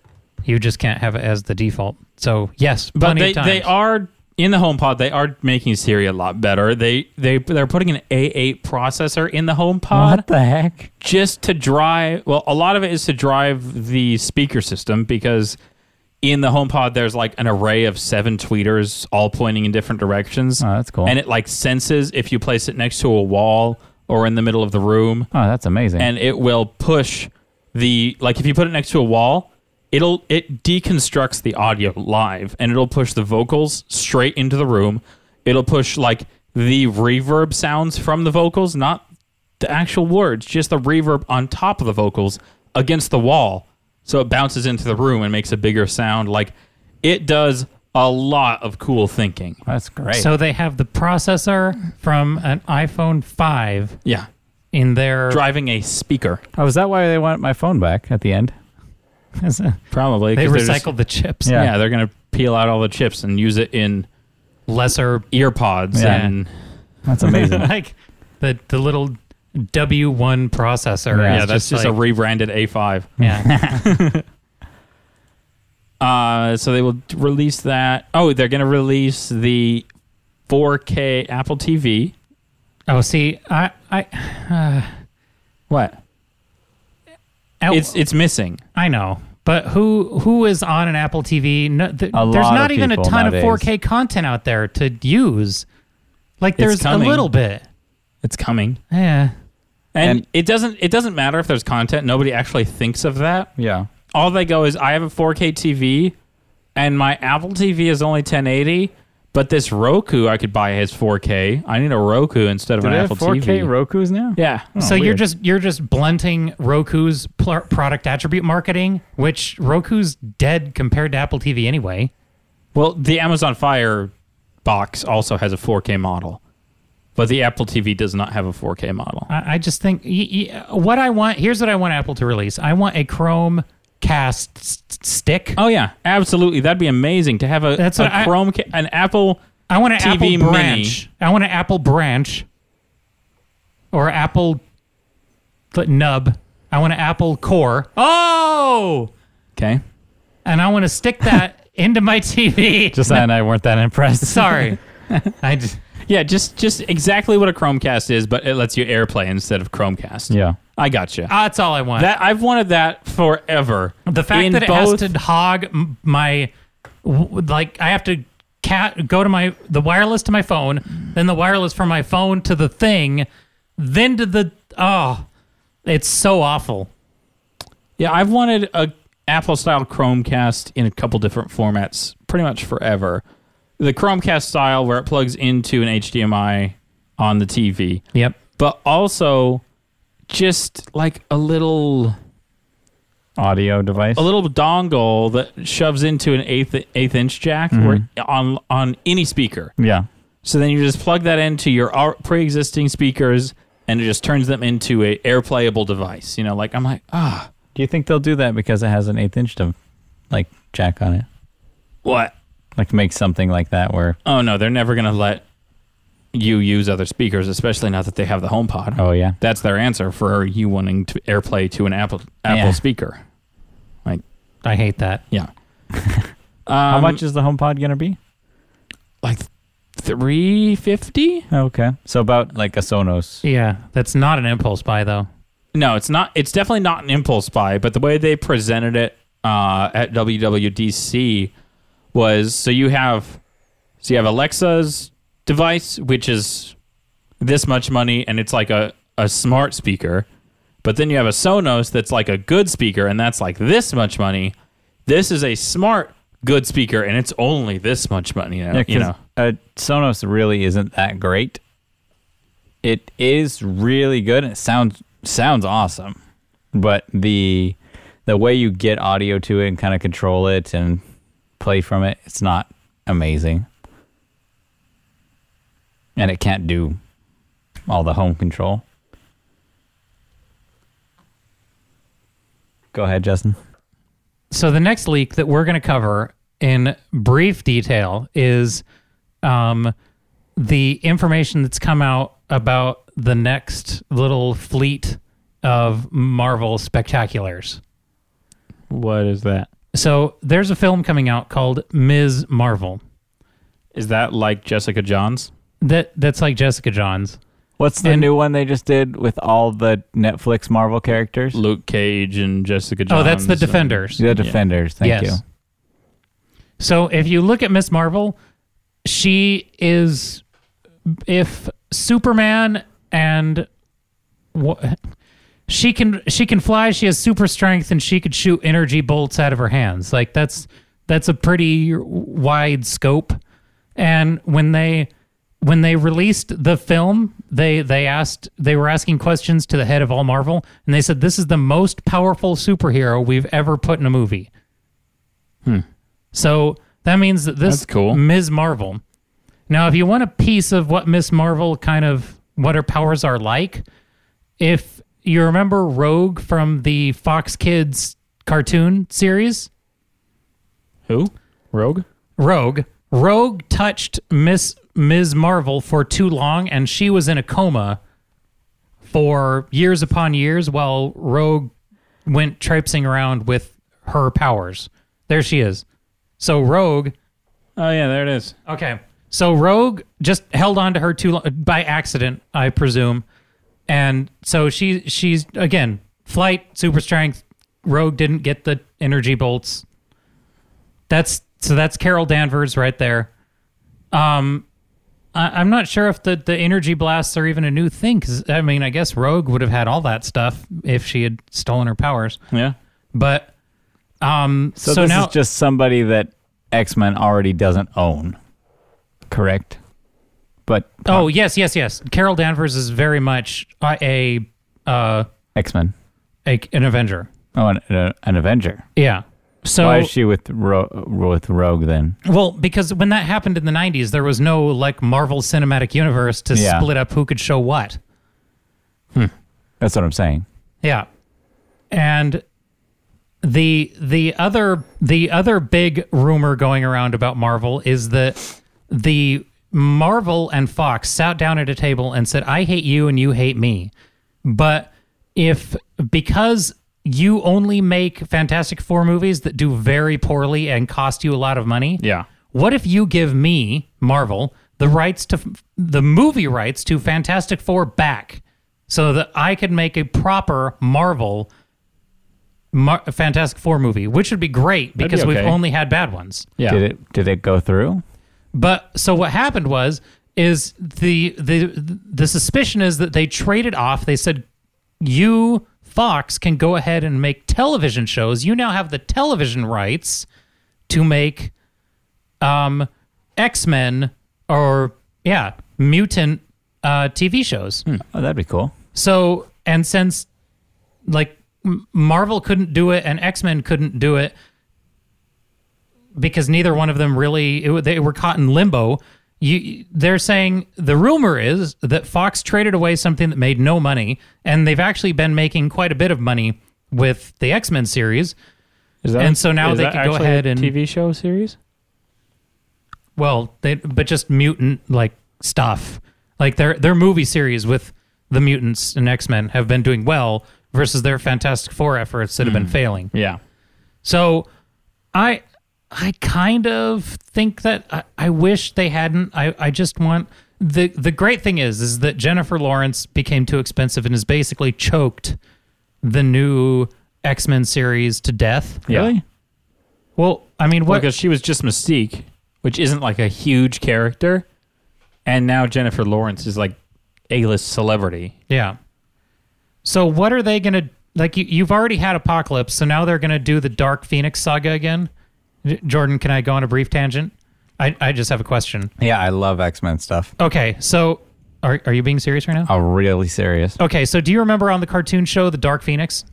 S1: You just can't have it as the default. So yes,
S2: But
S1: plenty
S2: they,
S1: of times.
S2: they are in the HomePod. They are making Siri a lot better. They they they're putting an A8 processor in Uh, the HomePod
S3: What the heck?
S2: just to drive. Well, a lot of it is to drive the speaker system because in the HomePod there's like an array of seven tweeters all pointing in different directions.
S3: Oh, that's cool.
S2: And it like senses if you place it next to a wall or in the middle of the room.
S3: Oh, that's amazing.
S2: and it will push the like if you put it next to a wall it'll it deconstructs the audio live and it'll push the vocals straight into the room it'll push like the reverb sounds from the vocals not the actual words just the reverb on top of the vocals against the wall so it bounces into the room and makes a bigger sound like it does a lot of cool thinking
S3: that's great.
S1: So they have the processor from an iPhone 5
S2: yeah
S1: in their
S2: driving a speaker
S3: oh, is that why they want my phone back at the end?
S2: probably
S1: they
S2: 'cause they're just-
S1: recycled the chips.
S3: Yeah.
S2: yeah they're gonna peel out all the chips and use it in
S1: Lesser
S2: ear pods
S3: Yeah.
S2: and
S3: That's amazing.
S1: like the the little W1 processor.
S3: Yeah,
S2: yeah,
S1: is
S2: that's just, a
S1: like-
S2: rebranded A5.
S1: yeah.
S2: Uh, so they will d- release that. Oh, they're going to release the 4K Apple TV.
S1: Oh, see, I I
S2: What?
S1: I-
S2: It's it's missing.
S1: oh, I know. But who who is on an Apple TV? No, th- there's
S3: A lot
S1: not
S3: of
S1: even a
S3: people
S1: ton
S3: nowadays.
S1: of 4K content out there to use. Like there's a
S2: coming.
S1: little bit.
S2: It's coming.
S1: Yeah.
S2: And,
S3: And-
S2: it doesn't it doesn't matter if there's content. Nobody actually thinks of that.
S3: yeah.
S2: All they go is I have a 4K TV and my Apple TV is only 1080, But this Roku, I could buy his 4K. I need a Roku instead of
S3: Do
S2: an
S3: they have
S2: Apple
S3: 4K
S2: TV.
S3: Roku's now?
S2: yeah.
S1: so you're
S3: weird.
S1: just you're just blunting Roku's pl- product attribute marketing, which Roku's dead compared to Apple TV anyway.
S2: Well, the Amazon Fire box also has a 4K model, but the Apple TV does not have a 4K model.
S1: I, I just think y- y- what I want here's what I want Apple to release. I want a Chrome Cast s- stick.
S2: Oh yeah, absolutely. That'd be amazing to have a,
S1: That's
S2: a
S1: what I-
S2: Chrome, an Apple.
S1: I want an
S2: TV Mini.
S1: Apple branch. I want an Apple branch or Apple but nub. I want an Apple core. Oh,
S2: Okay.
S1: and I want to stick that into my TV.
S3: Just that and I weren't that impressed.
S1: Sorry, I just,
S2: Yeah, just just exactly what a Chromecast is, but it lets you AirPlay instead of Chromecast.
S3: Yeah.
S2: I got you.
S1: ah, that's all I want.
S2: that I've wanted that forever.
S1: the fact
S2: In
S1: that it
S2: both-
S1: has to hog m- my w- like I have to cat go to my the wireless to my phone, then the wireless from my phone to the thing, then to the oh, it's so awful.
S2: Yeah, I've wanted a Apple style Chromecast in a couple different formats pretty much forever. The Chromecast style where it plugs into an HDMI on the TV,
S1: Yep.
S2: but also just like a little
S3: Audio device.
S2: a little dongle that shoves into an eighth eighth inch jack where, on on any speaker.
S3: Yeah.
S2: So then you just plug that into your al- pre-existing speakers and it just turns them into a airplayable device. You know, like I'm like, ah,
S3: Do you think they'll do that because it has an eighth inch of like jack on it?
S2: what?
S3: Like make something like that where
S2: Oh no, they're never gonna let you use other speakers, especially now that they have the HomePod.
S3: oh yeah.
S2: That's their answer for you wanting to AirPlay to an Apple Apple
S3: Yeah.
S2: speaker. Like,
S1: I hate that.
S2: yeah. Um,
S3: How much is the home pod gonna be?
S2: Like three fifty?
S3: Okay. So about like a Sonos.
S1: Yeah, that's not an impulse buy though.
S2: No, it's not. It's definitely not an impulse buy, but the way they presented it uh, at WWDC was so you have so you have Alexa's device, which is this much money, and it's like a a smart speaker, but then you have a Sonos that's like a good speaker, and that's like this much money. This is a smart good speaker, and it's only this much money. You know,
S3: 'cause, uh, Sonos really isn't that great. It is really good. and It sounds sounds awesome, but the the way you get audio to it and kind of control it and play from it, it's not amazing. And it can't do all the home control. Go ahead, Justin.
S1: So the next leak that we're going to cover in brief detail is um, the information that's come out about the next little fleet of Marvel spectaculars.
S2: what is that?
S1: So there's a film coming out called Ms. Marvel
S2: Is that like Jessica Johns?
S1: that that's like Jessica Johns.
S3: What's the
S1: And-
S3: new one they just did with all the Netflix Marvel characters?
S2: Luke Cage and Jessica Johns.
S1: Oh, that's the
S2: and-
S1: Defenders.
S3: The Defenders. Thank
S1: yes.
S3: you.
S1: So if you look at Miss Marvel, she is if Superman and what she can she can fly, she has super strength and she could shoot energy bolts out of her hands. Like that's that's a pretty wide scope. And when they when they released the film, they they asked they were asking questions to the head of all Marvel and they said this is the most powerful superhero we've ever put in a movie. So that means that this
S2: Hmm. That's cool.
S1: Ms. Marvel. Now, if you want a piece of what Ms. Marvel kind of what her powers are like, if you remember Rogue from the Fox Kids cartoon series,
S2: Who? Rogue?
S1: Rogue, Rogue touched Miss Ms. Marvel for too long and she was in a coma for years upon years while Rogue went traipsing around with her powers. There she is. So Rogue
S2: Oh yeah, there it is.
S1: Okay. So Rogue just held on to her too long by accident, I presume. And so she she's again, flight, super strength. Rogue didn't get the energy bolts. That's so that's Carol Danvers right there. Um I, I'm not sure if the, the energy blasts are even a new thing. 'cause, I mean, I guess Rogue would have had all that stuff if she had stolen her powers.
S2: Yeah.
S1: But um,
S3: So,
S1: so,
S3: this
S1: now
S3: is just somebody that X Men already doesn't own. correct? But
S1: Oh yes, yes, yes. Carol Danvers is very much a a, uh,
S3: X Men.
S1: a an Avenger.
S3: Oh, an, an, an Avenger.
S1: Yeah. So
S3: Why is she with Ro- with Rogue then?
S1: Well, because when that happened in the 90s, there was no like Marvel Cinematic Universe to
S3: Yeah.
S1: split up who could show what.
S3: That's what I'm saying.
S1: Yeah. And the the other the other big rumor going around about Marvel is that the Marvel and Fox sat down at a table and said, "I hate you and you hate me." But if because you only make Fantastic Four movies that do very poorly and cost you a lot of money,
S3: Yeah.
S1: what if you give me Marvel the rights to the movie rights to Fantastic Four back, so that I could make a proper Marvel Mar- Fantastic Four movie, which would be great
S2: be
S1: because we've
S2: okay.
S1: only had bad ones.
S2: Yeah.
S3: Did it did it go through?
S1: But so what happened was is the the the suspicion is that they traded off. They said you Fox can go ahead and make television shows. You now have the television rights to make um X-Men or yeah, mutant uh TV shows.
S3: Oh, that'd be cool.
S1: So, and since like M- Marvel couldn't do it and X Men couldn't do it because neither one of them really it, wa- they were caught in limbo. You, they're saying the rumor is that Fox traded away something that made no money, and they've actually been making quite a bit of money with the X Men series.
S2: Is that,
S1: and so now
S2: is
S1: they
S2: that
S1: can go
S2: actually
S1: ahead
S2: a
S1: and-
S2: TV show series.
S1: Well, they but just mutant like stuff. Like their their movie series with the mutants and X Men have been doing well versus their Fantastic Four efforts that have been failing.
S2: Yeah.
S1: So I I kind of think that I, I wish they hadn't. I, I just want the the great thing is is that Jennifer Lawrence became too expensive and has basically choked the new X Men series to death.
S2: Really?
S1: Well, I mean, what?
S2: Because she was just Mystique, which isn't like a huge character, and now Jennifer Lawrence is like A-list celebrity.
S1: yeah. So what are they gonna like? You, you've already had Apocalypse, so now they're gonna do the Dark Phoenix saga again. J- Jordan, can I go on a brief tangent? I, I just have a question.
S3: Yeah, I love X Men stuff.
S1: Okay, so are are you being serious right now?
S3: Oh, really serious?
S1: Okay, so do you remember on the cartoon show The Dark Phoenix,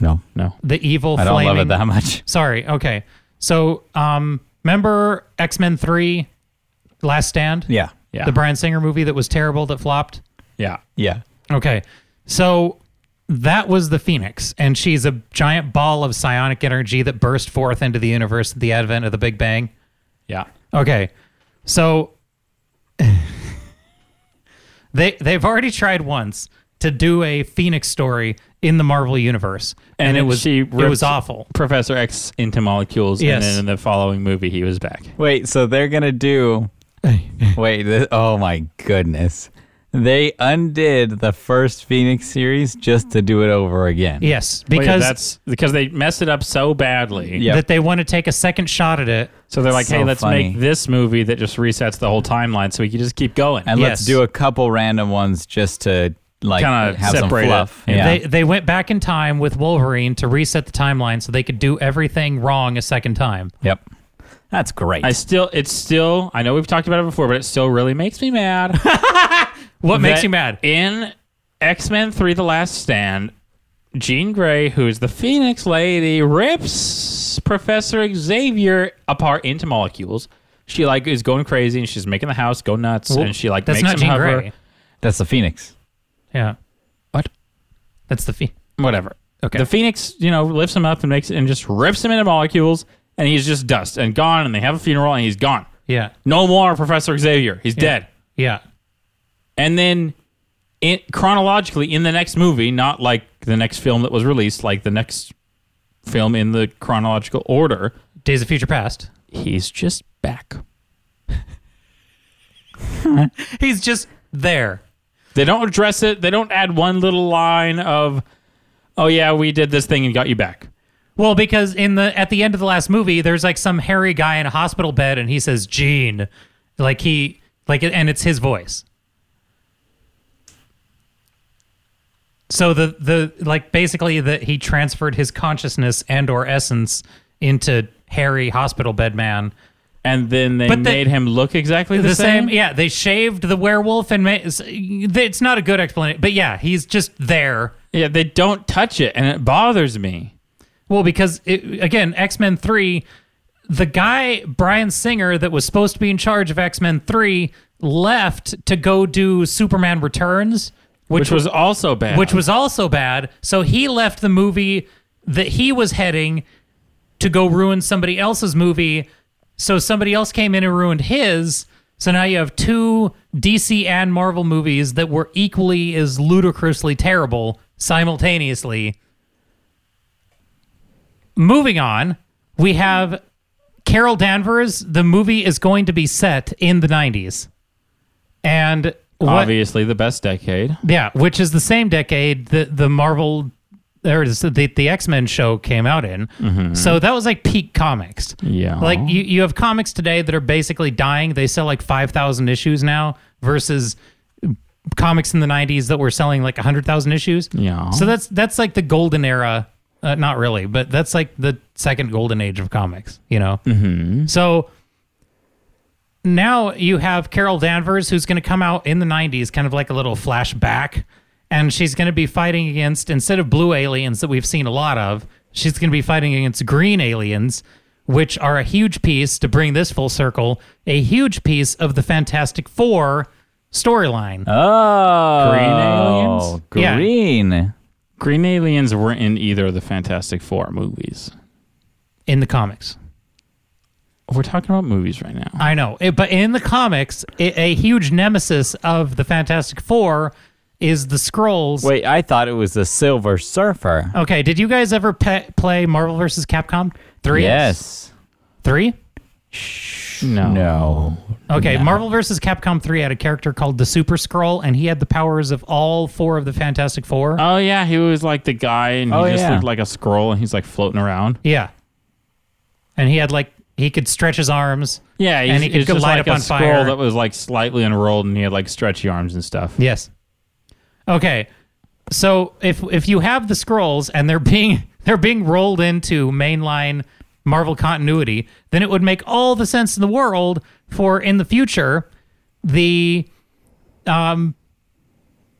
S3: No, no.
S1: the evil
S3: I don't
S1: flaming?
S3: love it that much.
S1: Sorry. Okay, so um, remember X Men Three, Last Stand,
S3: Yeah,
S2: Yeah.
S1: the Brian Singer movie that was terrible that flopped.
S2: yeah.
S3: yeah.
S1: Okay, so that was the Phoenix, and she's a giant ball of psionic energy that burst forth into the universe at the advent of the Big Bang.
S2: Yeah.
S1: Okay. So they they've already tried once to do a Phoenix story in the Marvel universe and,
S2: And
S1: it
S2: then
S1: was
S2: she
S1: it was
S2: ripped-
S1: awful.
S2: Professor X into molecules,
S1: Yes.
S2: and then in the following movie, he was back.
S3: Wait, so they're gonna do? Wait, this, oh my goodness! They undid the first Phoenix series just to do it over again.
S1: Yes,
S2: Well, yeah,
S1: because
S2: that's because they messed it up so badly.
S3: Yeah.
S1: that they want to take a second shot at it.
S2: So they're like,
S3: So
S2: hey, let's
S3: funny.
S2: make this movie that just resets the whole timeline, so we can just keep going.
S3: and
S1: yes.
S3: let's do a couple random ones just to like
S2: Kinda
S3: have some
S2: separate it.
S3: fluff.
S2: Yeah.
S1: They they went back in time with Wolverine to reset the timeline so they could do everything wrong a second time.
S3: yep, that's great.
S2: I still, it's still, I know we've talked about it before, but it still really makes me mad.
S1: What makes
S2: that
S1: you mad?
S2: In X Men 3 The Last Stand, Jean Grey, who is the Phoenix Lady, rips Professor Xavier apart into molecules. She like is going crazy and she's making the house go nuts
S1: Well,
S2: and she like
S1: that's
S2: makes
S1: not
S2: him
S1: Jean
S2: hover.
S1: Grey.
S3: That's the Phoenix.
S1: Yeah.
S2: What?
S1: That's the fee.
S2: Whatever.
S1: Okay.
S2: The Phoenix, you know, lifts him up and makes and just rips him into molecules and he's just dust and gone and they have a funeral and he's gone.
S1: Yeah.
S2: No more Professor Xavier. He's dead.
S1: Yeah.
S2: And then in, chronologically in the next movie, not like the next film that was released, like the next film in the chronological order,
S1: Days of Future Past.
S2: he's just back.
S1: He's just there.
S2: They don't address it. They don't add one little line of, "Oh yeah, we did this thing and got you back."
S1: Well, because in the at the end of the last movie, there's like some hairy guy in a hospital bed, and he says "Gene," like he like, and it's his voice. So the the like basically that he transferred his consciousness and or essence into hairy hospital bed man,
S2: and then they
S1: But they-
S2: made him look exactly the,
S1: the same. Yeah, they shaved the werewolf and made. It's not a good explanation, but yeah, he's just there.
S2: Yeah, they don't touch it, and it bothers me.
S1: Well, because it, again, X Men Three, the guy Brian Singer that was supposed to be in charge of X Men Three left to go do Superman Returns, which,
S2: Which was also bad.
S1: which was also bad. So he left the movie that he was heading to go ruin somebody else's movie. So somebody else came in and ruined his. So now you have two DC and Marvel movies that were equally as ludicrously terrible simultaneously. Moving on, we have Carol Danvers. The movie is going to be set in the 90s. And what,
S2: obviously the best decade.
S1: yeah, which is the same decade that the Marvel or is the the X Men show came out in. So that was like peak comics.
S2: Mm-hmm. Yeah.
S1: Like you, you have comics today that are basically dying. They sell like five thousand issues now versus comics in the '90s that were selling like hundred thousand issues.
S2: Yeah.
S1: So that's that's like the golden era. Uh, not really, but that's like the second golden age of comics. You know. So now you have Carol Danvers, who's going to come out in the 90s, kind of like a little flashback. And she's going to be fighting against, instead of blue aliens that we've seen a lot of, she's going to be fighting against green aliens, which are a huge piece, to bring this full circle, a huge piece of the Fantastic Four storyline.
S3: Oh,
S1: Green aliens?
S3: Green.
S2: Green aliens weren't in either of the Fantastic Four movies.
S1: in the comics.
S2: We're talking about movies right now.
S1: I know, it, but in the comics, i a huge nemesis of the Fantastic Four is the Scrolls.
S3: Wait, I thought it was the Silver Surfer.
S1: Okay, did you guys ever pe- play Marvel vs. Capcom three?
S3: Yes.
S1: three.
S2: No.
S3: No.
S1: Okay, Marvel vs. Capcom three had a character called the Super Scroll, and he had the powers of all four of the Fantastic Four.
S2: Oh yeah, he was like the guy, and he
S3: Oh,
S2: just
S3: yeah.
S2: looked like a scroll, and he's like floating around.
S1: yeah, and he had like he could stretch his arms.
S2: Yeah, he's,
S1: And he could
S2: it's just
S1: light
S2: like
S1: up
S2: a
S1: on
S2: scroll
S1: fire.
S2: that was like slightly unrolled, and he had like stretchy arms and stuff.
S1: Yes. Okay. So if if you have the scrolls and they're being they're being rolled into mainline Marvel continuity, then it would make all the sense in the world for in the future the um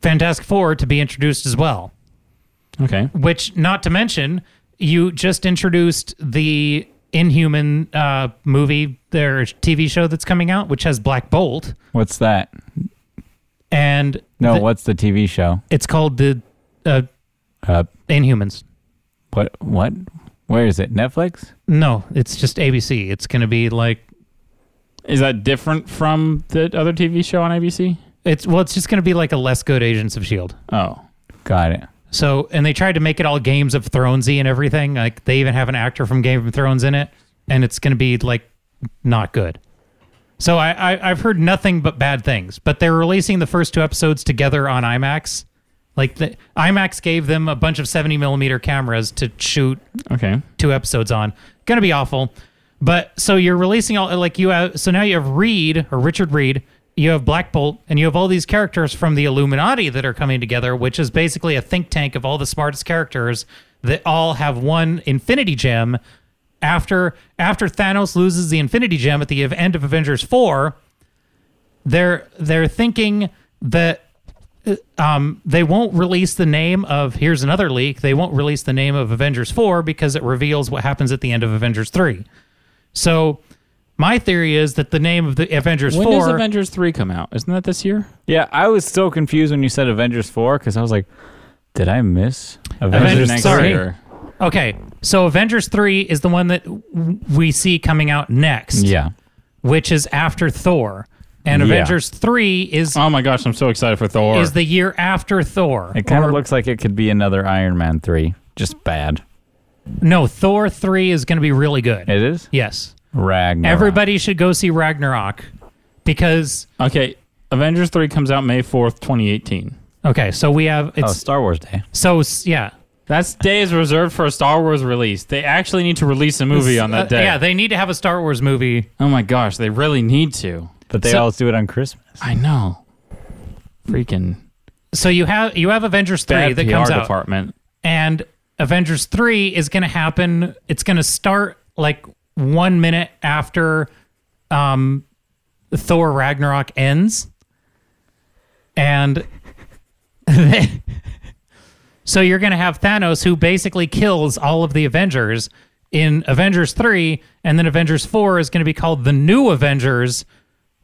S1: Fantastic Four to be introduced as well.
S2: Okay.
S1: Which not to mention, you just introduced the Inhuman uh, movie their TV show that's coming out, which has Black Bolt.
S3: What's that?
S1: And
S3: No,
S1: the-
S3: what's the TV show?
S1: it's called the uh,
S3: Uh,
S1: Inhumans.
S3: what? What? Where is it? Netflix?
S1: No, it's just ABC. It's going to be like
S2: Is that different from the other TV show on ABC?
S1: it's well, it's just going to be like a less good Agents of Shield.
S2: Oh,
S3: Got it.
S1: E So, and they tried to make it all Games of Thronesy and everything. Like they even have an actor from Game of Thrones in it, and it's going to be like not good. So I, I I've heard nothing but bad things. But they're releasing the first two episodes together on IMAX. Like the IMAX gave them a bunch of seventy millimeter cameras to shoot
S2: okay.
S1: two episodes on. Gonna be awful. But so you're releasing all like you have so now you have Reed or Richard Reed, you have Black Bolt, and you have all these characters from the Illuminati that are coming together, which is basically a think tank of all the smartest characters that all have one infinity gem. After after Thanos loses the infinity gem at the ev- end of Avengers 4, they're they're thinking that um, they won't release the name of here's another leak they won't release the name of avengers 4 because it reveals what happens at the end of avengers 3 so my theory is that the name of the avengers
S2: When does
S1: 4
S2: Avengers three come out? Isn't that this year?
S3: Yeah, I was so confused when you said Avengers 4 because I was like, did I miss
S1: Avengers-
S3: Avengers next
S1: sorry.
S3: year?
S1: okay so avengers 3 is the one that w- we see coming out next
S3: Yeah.
S1: which is after thor and
S3: Yeah.
S1: avengers 3 is
S2: Oh my gosh, I'm so excited for Thor.
S1: is the year after thor
S3: It kind
S1: Or-
S3: of looks like it could be another Iron Man 3. Just bad.
S1: no thor 3 is going to be really good
S3: It is?
S1: yes
S3: Ragnarok.
S1: everybody should go see ragnarok because
S2: okay, Avengers three comes out May fourth, 2018.
S1: Okay, so we have
S3: Oh,
S1: it's
S3: Star Wars Day.
S1: so s yeah.
S2: That day is reserved for a Star Wars release. They actually need to release a movie on that
S1: Uh,
S2: day.
S1: yeah, they need to have a Star Wars movie.
S2: oh my gosh, they really need to.
S3: But they
S1: So-
S3: always do it on Christmas.
S2: I know. Freaking
S1: So you have you have Avengers three
S2: bad
S1: that
S2: PR
S1: comes out,
S2: department.
S1: and Avengers three is going to happen. It's going to start like one minute after um, Thor Ragnarok ends, and they- so you're going to have Thanos, who basically kills all of the Avengers in Avengers three, and then Avengers four is going to be called the New Avengers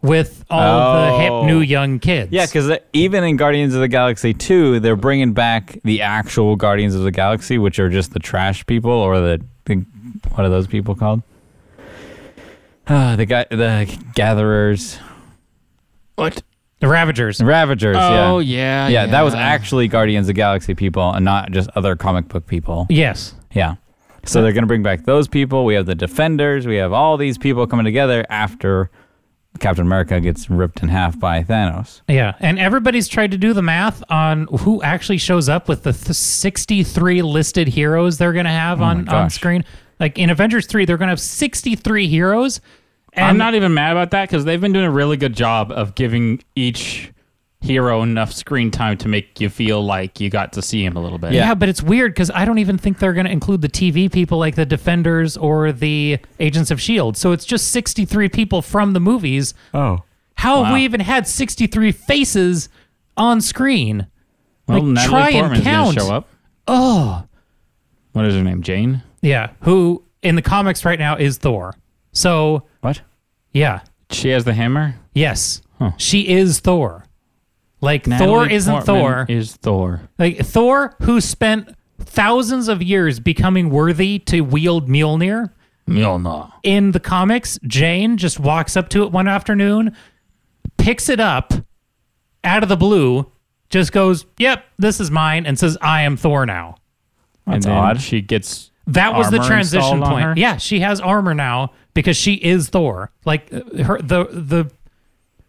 S1: with all the
S3: Oh.
S1: hip new young kids.
S3: Yeah, because even in Guardians of the Galaxy 2, they're bringing back the actual Guardians of the Galaxy, which are just the trash people or the, the what are those people called? Uh, the guy, the gatherers,
S2: What?
S1: the Ravagers.
S3: the Ravagers.
S2: Oh
S3: yeah.
S2: yeah.
S3: yeah, that was actually Guardians of the Galaxy people and not just other comic book people.
S1: Yes.
S3: Yeah. So they're going to bring back those people. We have the Defenders. We have all these people coming together after Captain America gets ripped in half by Thanos.
S1: Yeah, and everybody's tried to do the math on who actually shows up with the th- 63 listed heroes they're going to have on,
S3: my
S1: on
S3: gosh.
S1: screen. Like in Avengers 3, they're going to have 63 heroes. And
S2: I'm not even mad about that because they've been doing a really good job of giving each hero enough screen time to make you feel like you got to see him a little bit.
S1: yeah. but it's weird because I don't even think they're going to include the TV people like the Defenders or the Agents of S.H.I.E.L.D. E So it's just 63 people from the movies.
S3: Oh.
S1: How have
S2: Wow.
S1: we even had 63 faces on screen?
S2: Well,
S1: Like,
S2: Natalie
S1: try and
S2: Portman's gonna
S1: count.
S2: show up. Oh. What is her name? Jane.
S1: Yeah, who in the comics right now is Thor. So,
S2: What?
S1: yeah.
S2: She has the hammer.
S1: Yes. She is Thor. Like Thor
S2: Natalie
S1: isn't
S2: Portman
S1: Thor.
S2: Is Thor?
S1: like Thor who spent thousands of years becoming worthy to wield Mjolnir
S2: Mjolnir.
S1: in the comics, Jane just walks up to it one afternoon, picks it up out of the blue, just goes, "Yep, this is mine," and says, "I am Thor now."
S2: That's and then
S3: odd.
S2: She gets.
S1: That was the
S2: Armor
S1: transition
S2: installed on
S1: point.
S2: her?
S1: Yeah, she has armor now because she is Thor. Like uh, her the the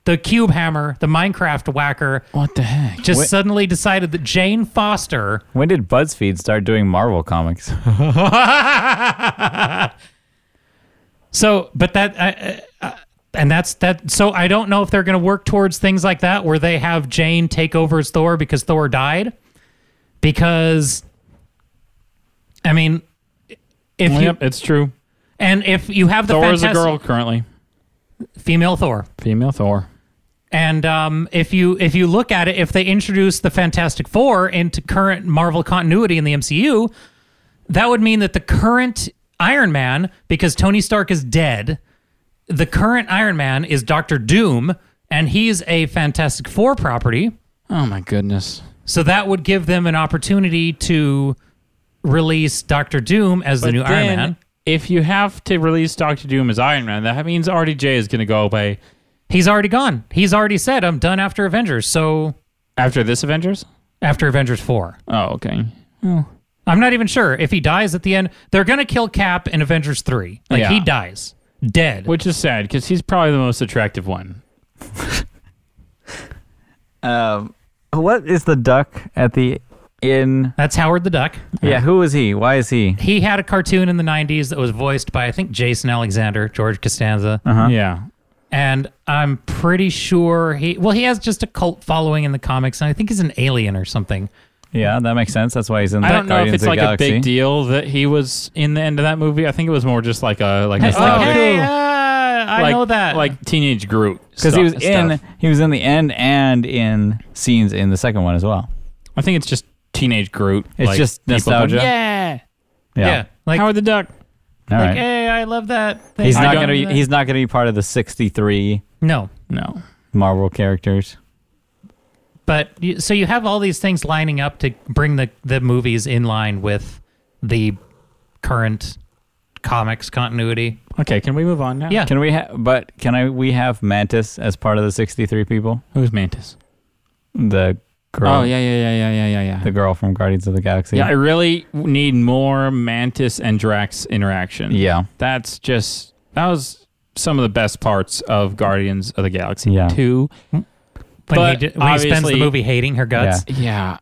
S1: the cube hammer, the Minecraft whacker
S2: What the heck?
S1: just
S3: Wait.
S1: suddenly decided that Jane Foster.
S3: When did BuzzFeed start doing Marvel comics?
S1: So, but that, I- I- I- and that's that. So I don't know if they're going to work towards things like that where they have Jane take over as Thor because Thor died. Because, I mean, if you
S2: yep, it's true.
S1: and if you have the
S2: Thor is a
S1: fantastic-
S2: girl currently.
S1: female Thor,
S2: Female Thor.
S1: And um, if you if you look at it, if they introduce the Fantastic Four into current Marvel continuity in the MCU, that would mean that the current Iron Man, because Tony Stark is dead, the current Iron Man is Doctor Doom, and he's a Fantastic Four property.
S2: Oh my goodness.
S1: So that would give them an opportunity to release Doctor Doom as the new Iron Man.
S2: If you have to release Doctor Doom as Iron Man, that means RDJ is going to go away
S1: He's already gone. He's already said, "I'm done after Avengers." So
S2: after this Avengers.
S1: after Avengers Four.
S2: Oh, okay.
S1: I'm not even sure if he dies at the end. They're gonna kill Cap in Avengers three. Like
S2: Yeah.
S1: he dies dead.
S2: Which is sad because he's probably the most attractive one.
S3: Um, what is the duck at the in?
S1: That's Howard the Duck.
S3: Yeah, who is he? Why is he?
S1: He had a cartoon in the '90s that was voiced by I think Jason Alexander, George Costanza,
S3: Uh-huh.
S2: Yeah.
S1: and I'm pretty sure he. Well, he has just a cult following in the comics, and I think he's an alien or something.
S3: Yeah, that makes sense. That's why he's in.
S2: I
S3: that
S2: don't know if
S3: Guardians
S2: it's
S3: of the
S2: like a
S3: Galaxy.
S2: big deal that he was in the end of that movie. I think it was more just like a like a
S1: It's like,
S3: Oh.
S1: hey, uh, I
S2: like,
S1: know that.
S2: like teenage Groot
S3: because he was
S2: stuff-
S3: in.
S2: stuff.
S3: He was in the end and in scenes in the second one as well.
S2: I think it's just teenage Groot.
S3: It's just
S2: people
S3: nostalgia.
S2: going, yeah.
S3: Yeah.
S1: yeah, like,
S2: Howard the Duck.
S3: All
S1: like,
S3: right.
S1: hey, I love that. Thing.
S3: he's
S2: I
S3: not
S2: don't-
S3: gonna. Be, he's not gonna be part of the sixty-three
S1: no.
S2: No.
S3: Marvel characters.
S1: but you- so you have all these things lining up to bring the the movies in line with the current comics continuity.
S2: Okay, can we move on now?
S1: Yeah.
S3: Can we have? But can I? We have Mantis as part of the sixty-three people.
S2: Who's Mantis?
S3: The girl.
S2: Oh yeah, yeah, yeah, yeah, yeah, yeah, yeah.
S3: The girl from Guardians of the Galaxy.
S2: yeah, I really need more Mantis and Drax interaction.
S3: Yeah.
S2: That's just that was some of the best parts of Guardians of the Galaxy
S3: Yeah.
S2: 2.
S1: When, he,
S2: But
S1: d- when he spends the
S2: obviously-
S1: movie hating her guts.
S2: Yeah.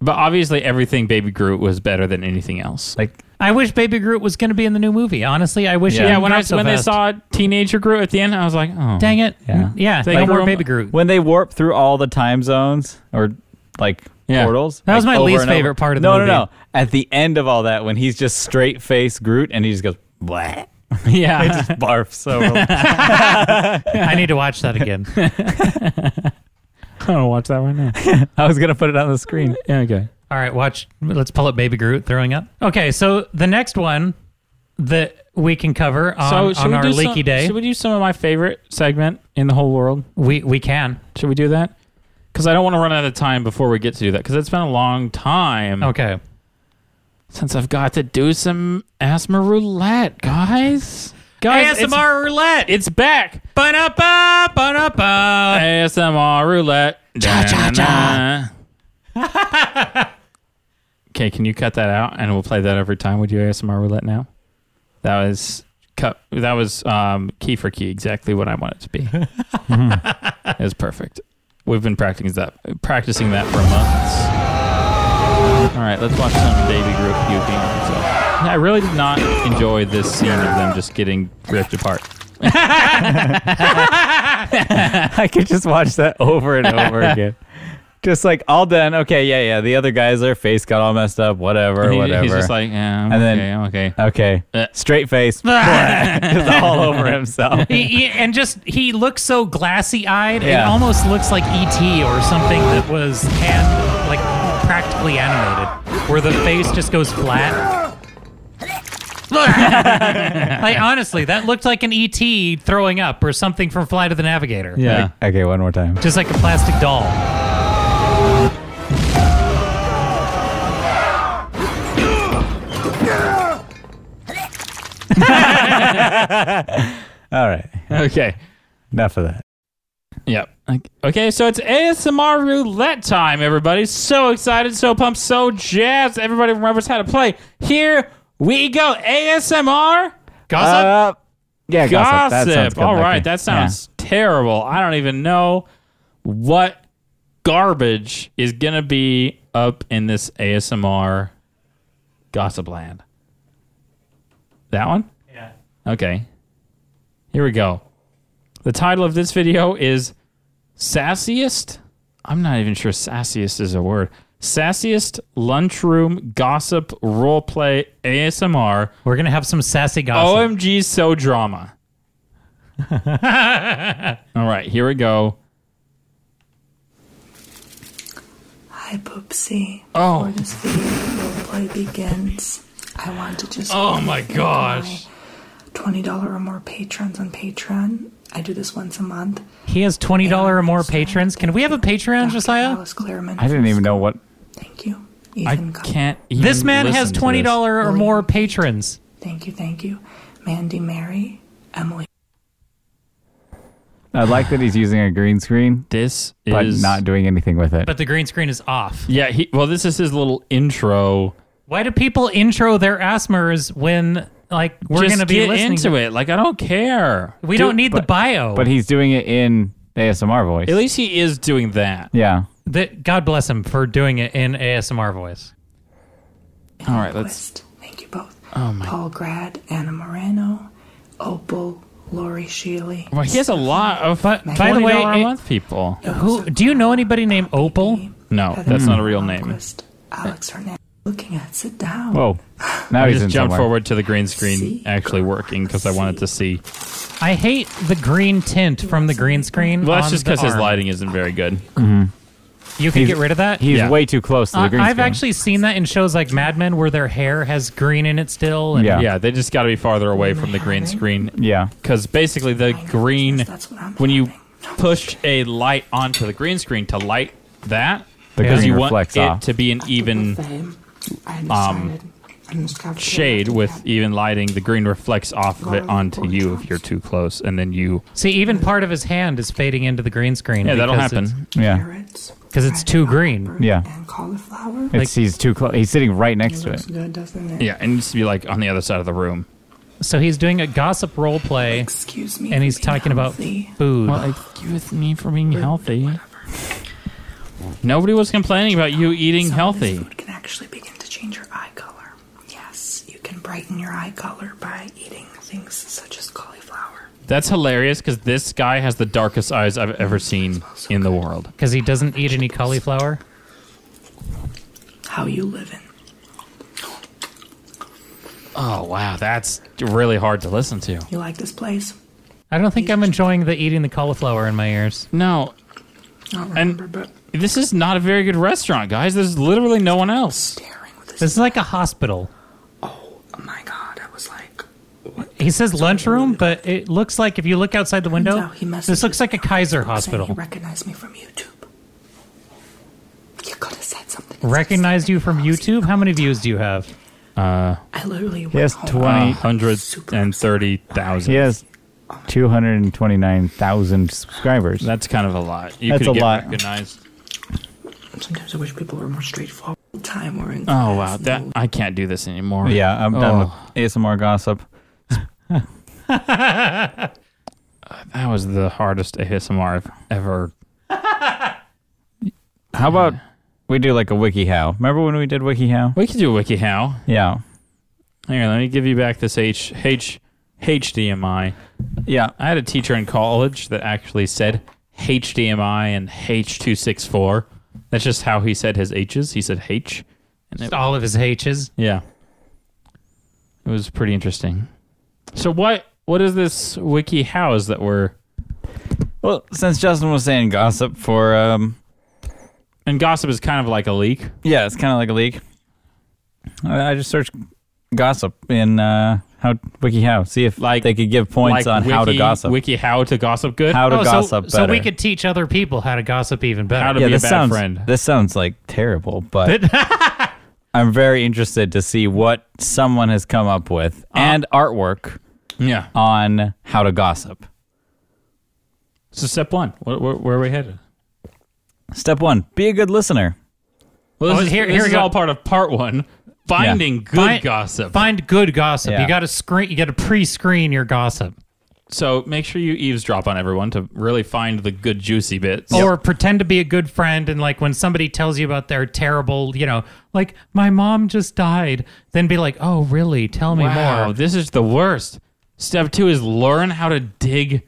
S2: But obviously everything Baby Groot was better than anything else.
S3: Like
S1: I wish Baby Groot was going to be in the new movie. Honestly, I wish.
S3: Yeah.
S1: it
S2: yeah,
S1: didn't
S2: when I
S1: drop so
S2: when they
S1: fast.
S2: saw teenager Groot at the end, I was like, "Oh.
S1: dang it, Mm,
S3: Yeah.
S1: yeah,
S2: They
S1: no
S2: grew
S1: more
S2: him-
S1: Baby Groot.
S3: when they warp through all the time zones or like
S2: Yeah.
S3: portals.
S1: That was
S3: like,
S1: my
S3: over
S1: least
S3: and over-
S1: favorite part of the
S3: no,
S1: movie.
S3: No, no, At the end of all that, when he's just straight face Groot and he just goes, Bleh. I
S2: yeah.
S3: just barf so. I
S1: I need to watch that again.
S2: I want to watch that right now.
S3: was gonna put it on the screen.
S2: Yeah, okay.
S1: All right, watch. Let's pull up Baby Groot throwing up. Okay, so the next one that we can cover on,
S2: should
S1: on
S2: we
S1: our
S2: do
S1: leaky
S2: some-
S1: day,
S2: Should we do some of my favorite segment in the whole world?
S1: we we can.
S2: Should we do that? Because I don't want to run out of time before we get to do that. Because it's been a long time
S1: Okay.
S2: since I've got to do some asthma roulette, guys. Guys, it's-
S1: ASMR roulette.
S2: It's, back.
S1: Ba-da-ba, ba-da-ba.
S2: ASMR roulette. Cha cha cha. Okay, can you cut that out and we'll play that every time we do ASMR roulette now? That was cut. That was um, key for key, exactly what I want it to be. it was perfect. We've been practicing that, practicing that for months. All right, let's watch some baby group puking on itself. I really did not enjoy this scene of them just getting ripped apart.
S3: I could just watch that over and over again. Just like all done. Okay, yeah, yeah. The other guys, their face got all messed up. Whatever,
S2: He-
S3: whatever.
S2: He's just like, yeah, I'm
S3: And
S2: okay,
S3: then-
S2: I'm okay.
S3: okay,
S2: Uh.
S3: straight face, just all over himself.
S1: He- he- and just he looks so glassy-eyed. It
S3: Yeah.
S1: almost looks like ET or something that was hand like practically animated, where the face just goes flat. like honestly, that looked like an ET throwing up or something from Flight of the Navigator.
S2: Yeah.
S3: Okay, one more time.
S1: Just like a plastic doll.
S3: All right,
S2: Okay.
S3: enough of that.
S2: Yep. Like- Okay, so it's ASMR roulette time, everybody. So excited, so pumped, so jazzed. Everybody remembers how to play. Here we go. ASMR
S1: Gossip?
S3: Uh, yeah, gossip. That sounds
S2: gossip.
S3: good.
S2: All right,
S3: Okay.
S2: that sounds terrible. I don't even know what garbage is going to be up in this ASMR gossip land. That one?
S1: Yeah.
S2: Okay. Here we go. The title of this video is Sassiest. I'm not even sure sassiest is a word. Sassiest lunchroom gossip roleplay ASMR.
S1: We're gonna have some sassy gossip.
S2: OMG, so drama. All right, here we go.
S4: Hi, Poopsie.
S2: Oh.
S4: Before this video roleplay begins, I want to just
S2: Oh my gosh.
S4: twenty dollar or more patrons on Patreon. I do this once a month.
S1: he has twenty dollar or more patrons. Can we have a Patreon, Josiah?
S4: Alice Clearman.
S3: I didn't even know what.
S4: Thank you,
S2: I
S4: Ethan. Cummings.
S2: can't even
S1: This man has
S2: Mm, listen to
S1: twenty dollar or more patrons.
S4: Thank you, thank you, Mandy, Mary, Emily.
S3: I like that he's using a green screen,
S2: This, this
S3: but
S2: is
S3: not doing anything with it.
S1: But the green screen is off.
S2: Yeah, he, well, this is his little intro.
S1: Why do people intro their asthmers when like we're
S2: Just
S1: going to be
S2: get
S1: listening?
S2: into it. Like I don't care.
S1: We don't need the bio.
S3: But he's doing it in the ASMR voice.
S2: At least he is doing that.
S3: yeah.
S1: That- God bless him for doing it in ASMR voice.
S2: All right, let's.
S4: Quest. Thank you both.
S1: Oh
S4: Paul Grad, Anna Moreno, Opal, Lori Sheely.
S1: Oh
S2: Well, he has a lot of
S1: But by
S2: by
S1: the way,
S2: a
S1: it-
S2: month people.
S1: who do you know anybody named Opal?
S2: No,
S4: Heather
S2: that's not a real name.
S4: Lundquist, Alex Hernandez. Looking at, sit down.
S3: Whoa. Now
S2: I
S3: he's
S2: just
S3: in
S2: jumped
S3: somewhere.
S2: forward to the green
S4: See?
S2: screen actually working because I wanted to see.
S1: I hate the green tint from the green screen.
S2: Well, that's
S1: on
S2: just
S1: the
S2: because his
S1: arm.
S2: lighting isn't very good.
S1: You can
S3: He's-
S1: get rid of that.
S3: He's
S2: Yeah.
S3: way too close to the
S1: I-
S3: green
S1: Uh, I've
S3: screen.
S1: actually seen that in shows like Mad Men where their hair has green in it still. And
S3: Yeah.
S2: Yeah, they just got to be farther away from the green screen
S3: Yeah.
S2: because basically the
S4: I know,
S2: green,
S4: Jesus, that's what I'm
S2: when you
S4: having.
S2: push a light onto the green screen to light that,
S3: The
S1: Yeah.
S2: because
S3: green
S2: you want
S3: reflects
S2: it
S3: off.
S2: to be an even
S4: um,
S2: shade with even lighting. The green reflects off of it onto you if you're too close, and then you
S1: See, even part of his hand is fading into the green screen.
S2: yeah, that'll
S1: because
S2: happen.
S1: it's-
S3: yeah.
S4: carrots
S1: 'Cause it's too green.
S3: Yeah.
S4: and cauliflower.
S3: It's he's too close. He's sitting right next to
S4: looks
S3: it.
S4: good, doesn't it?
S2: Yeah, it needs to be like on the other side of the room.
S1: So he's doing a gossip role play,
S4: Excuse me.
S1: and
S4: for
S1: he's
S4: being
S1: talking about
S4: healthy.
S1: food.
S2: excuse me for being healthy. Nobody was complaining about you eating
S4: Some of this
S2: healthy.
S4: Food can actually begin to change your eye color. Yes, you can brighten your eye color by eating things such as cauliflower.
S2: That's hilarious because this guy has the darkest eyes I've ever seen in the world.
S1: Because he doesn't eat any cauliflower.
S4: How you living?
S2: Oh wow, that's really hard to listen to.
S4: You like this place?
S1: I don't think I'm enjoying the eating the cauliflower in my ears.
S2: No,
S4: I don't remember, but
S2: this is not a very good restaurant, guys. There's literally no one else.
S4: daring with this.
S1: This is like a hospital.
S4: Oh my god, I was like, what?
S1: He says lunchroom, but it looks like if you look outside the window,
S4: No, he messaged
S1: this looks like a Kaiser
S4: Saying he
S1: hospital.
S4: recognized me from YouTube. You could have said something.
S1: Recognized you from YouTube? How many views do you have?
S4: I literally went
S3: He has
S4: home.
S3: 20
S2: Hundred and thirty
S3: He
S2: thousand.
S3: has 229,000 subscribers.
S2: That's kind of a lot. You
S3: That's
S2: could
S3: a
S2: get
S3: lot.
S2: Recognized.
S4: Sometimes I wish people were more straightforward. Time we're in.
S2: Oh wow,
S4: class,
S2: that
S4: no.
S2: I can't do this anymore. Oh,
S3: yeah, I'm done with ASMR gossip.
S2: That was the hardest ASMR I've ever.
S3: How about we do like a WikiHow? Remember when we did WikiHow?
S2: We could do WikiHow.
S3: Yeah.
S2: Here, let me give you back this H H HDMI.
S3: Yeah.
S2: I had a teacher in college that actually said HDMI and H264. That's just how he said his H's. He said H.
S1: Just all of his H's.
S2: Yeah. It was pretty interesting. So what what is this wiki hows that we're
S3: Well, since Justin was saying gossip for um
S2: and gossip is kind of like a leak.
S3: yeah, it's kind of like a leak. I I just searched gossip in uh how WikiHow, see if
S2: Like-
S3: like they could give points
S2: like
S3: on how to
S2: wiki-
S3: gossip.
S2: Wiki how to gossip good.
S3: how to
S1: Oh, so-
S3: gossip
S1: so,
S3: better.
S1: we could teach other people how to gossip even better.
S2: How to-
S3: yeah,
S2: be a
S3: this
S2: bad
S3: sounds
S2: friend.
S3: this sounds like terrible, but I'm very interested to see what someone has come up with
S2: Uh.
S3: and artwork
S2: yeah.
S3: on how to gossip.
S2: So step one. Where, where, where are we headed?
S3: Step one: be a good listener.
S2: Well,
S1: Oh,
S2: this is,
S1: here-
S2: this
S1: here we
S2: is
S1: go.
S2: all part of part one. Finding good
S1: Find-
S2: gossip.
S1: Find good gossip.
S3: Yeah.
S1: You got to screen. You got to pre-screen your gossip,
S2: so make sure you eavesdrop on everyone to really find the good juicy bits.
S1: or pretend to be a good friend. And like when somebody tells you about their terrible, you know, like my mom just died, then be like, "Oh, really? Tell me
S2: Wow,
S1: more."
S2: this is the worst. Step two is learn how to dig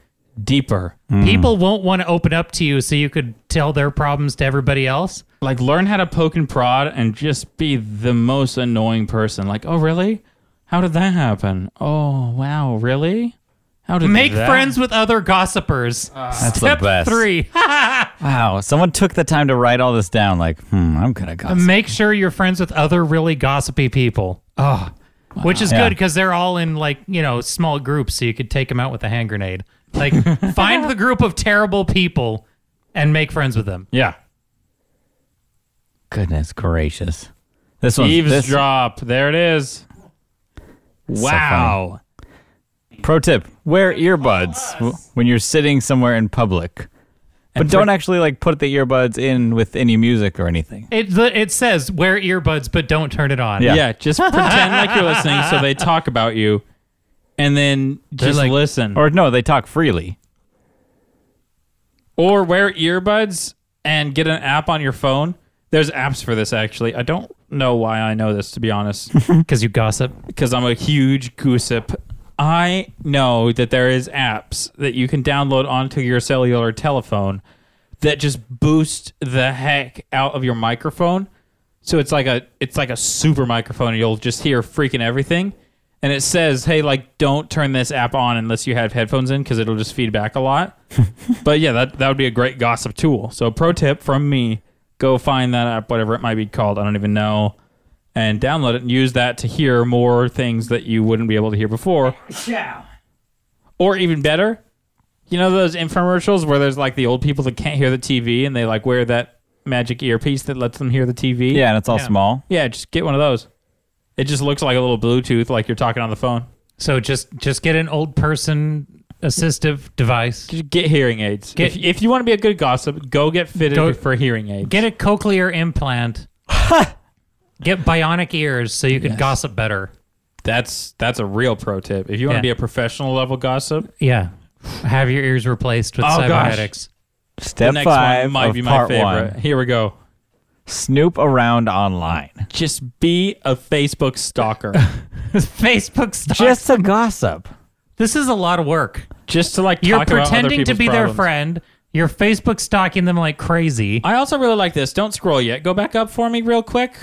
S2: deeper.
S3: Hmm.
S1: People won't want to open up to you, so you could tell their problems to everybody else.
S2: Like learn how to poke and prod and just be the most annoying person. Like, oh really? How did that happen? Oh wow, really? How did
S1: Make
S2: that?
S1: friends with other gossipers.
S3: That's
S1: Step
S3: the best.
S1: three.
S3: Wow, someone took the time to write all this down. Like, hmm, I'm gonna gossip.
S1: Make sure you're friends with other really gossipy people. Oh, which is
S3: Yeah.
S1: good because they're all in like you know small groups, so you could take them out with a hand grenade. Like find the group of terrible people and make friends with them.
S2: Yeah.
S3: Goodness gracious, this one. This,
S2: Eavesdrop. There it is. Wow.
S3: pro tip: wear earbuds w- when you're sitting somewhere in public, but don't actually like put the earbuds in with any music or anything.
S1: It it says wear earbuds but don't turn it on.
S3: Yeah.
S2: yeah. just pretend like you're listening so they talk about you and then just
S1: like-
S2: listen.
S3: Or no, they talk freely.
S2: or wear earbuds and get an app on your phone. There's apps for this actually. I don't know why I know this to be honest,
S1: because you gossip.
S2: because I'm a huge goosip. I know that there is apps that you can download onto your cellular telephone that just boost the heck out of your microphone. So it's like a it's like a super microphone. and You'll just hear freaking everything. And it says, "Hey, like don't turn this app on unless you have headphones in because it'll just feed back a lot." but yeah, that that would be a great gossip tool. So pro tip from me, go find that app whatever it might be called. I don't even know. And download it and use that to hear more things that you wouldn't be able to hear before. Yeah. Or even better, you know those infomercials where there's like the old people that can't hear the TV and they like wear that magic earpiece that lets them hear the TV?
S3: Yeah, and it's all small.
S2: Yeah, just get one of those. It just looks like a little Bluetooth, like you're talking on the phone.
S1: So just just get an old person assistive device.
S2: Just get hearing aids.
S1: Get-
S2: if, if you want to be a good gossip, go get fitted
S1: Go-
S2: for hearing aids.
S1: Get a cochlear implant. get bionic ears so you can gossip better.
S2: that's that's a real pro tip. If you want
S1: Yeah.
S2: to be a professional level gossip,
S1: Yeah. Have your ears replaced with
S2: Oh, gosh.
S1: cybernetics.
S2: the
S3: Step
S2: next
S3: five
S2: one might
S3: of
S2: be my
S3: part
S2: favorite.
S3: one:
S2: Here we go.
S3: snoop around online.
S2: Just be a Facebook stalker,
S1: Facebook stuff.
S3: Just to gossip.
S1: this is a lot of work.
S2: just to like
S1: You're
S2: talk about other
S1: pretending to
S2: people's
S1: be their
S2: problems.
S1: friend. You're Facebook stalking them like crazy.
S2: I also really like this. Don't scroll yet. Go back up for me real quick.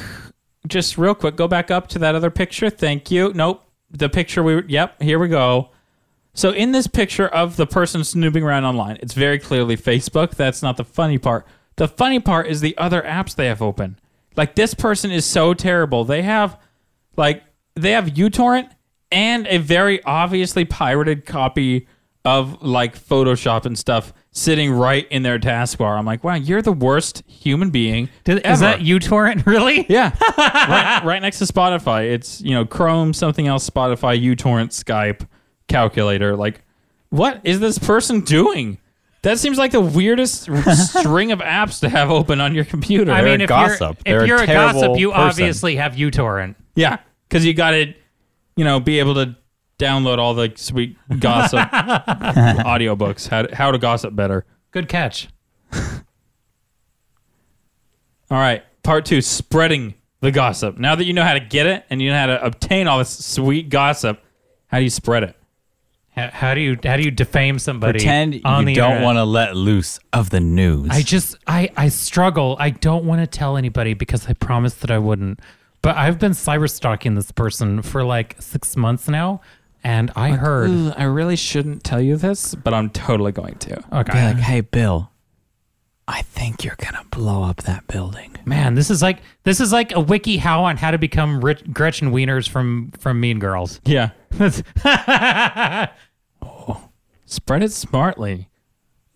S2: Just real quick. Go back up to that other picture. Thank you. Nope. the picture we were, yep, here we go. So in this picture of the person snooping around online, it's very clearly Facebook. That's not the funny part. The funny part is the other apps they have open. Like this person is so terrible. They have like they have uTorrent and a very obviously pirated copy of like Photoshop and stuff sitting right in their taskbar. I'm like, wow, you're the worst human being.
S1: Did,
S2: ever.
S1: is that uTorrent really?
S2: Yeah, right, right next to Spotify. It's you know Chrome, something else, Spotify, uTorrent, Skype, calculator. Like, what is this person doing? That seems like the weirdest string of apps to have open on your computer.
S1: I mean,
S3: a
S1: if
S3: gossip.
S1: you're
S3: They're
S1: if
S3: a
S1: you're a
S3: terrible
S1: gossip, you
S3: person.
S1: obviously have uTorrent.
S2: yeah, because you got to, you know, be able to download all the sweet gossip audiobooks. How to, how to gossip better.
S1: Good catch.
S2: All right, part two: spreading the gossip. Now that you know how to get it and you know how to obtain all this sweet gossip, how do you spread it?
S1: How, how do you how do you defame somebody?
S3: Pretend
S1: on the
S3: you don't
S1: internet?
S3: want to let loose of the news.
S1: I just I I struggle. I don't want to tell anybody because I promised that I wouldn't. But I've been cyber stalking this person for like six months now, and I heard.
S2: Ugh, I really shouldn't tell you this, but I'm totally going to.
S3: Be
S1: Okay,
S3: like, hey, Bill, I think you're going to blow up that building.
S1: man, this is like this is like a wiki how on how to become rich, Gretchen Wieners from from Mean Girls.
S2: Yeah.
S1: That's-
S2: Oh. Spread it smartly.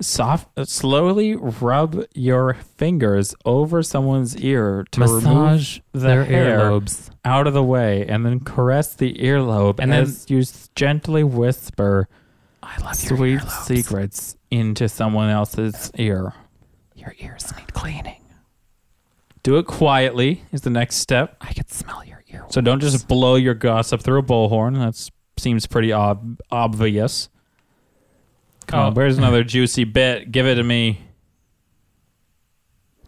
S2: Soft, uh, slowly rub your fingers over someone's ear to
S1: Massage
S2: remove
S1: their
S2: the hair
S1: earlobes.
S2: out of the way, and then caress the earlobe,
S1: And
S2: and
S1: then-
S2: as you s- gently whisper "I love sweet secrets" into someone else's ear.
S1: Your ears need cleaning.
S2: Do it quietly is the next step.
S1: I could smell your ear.
S2: So don't just blow your gossip through a bullhorn. That seems pretty ob- obvious. Come on,
S1: Oh.
S2: where's another juicy bit? Give it to me.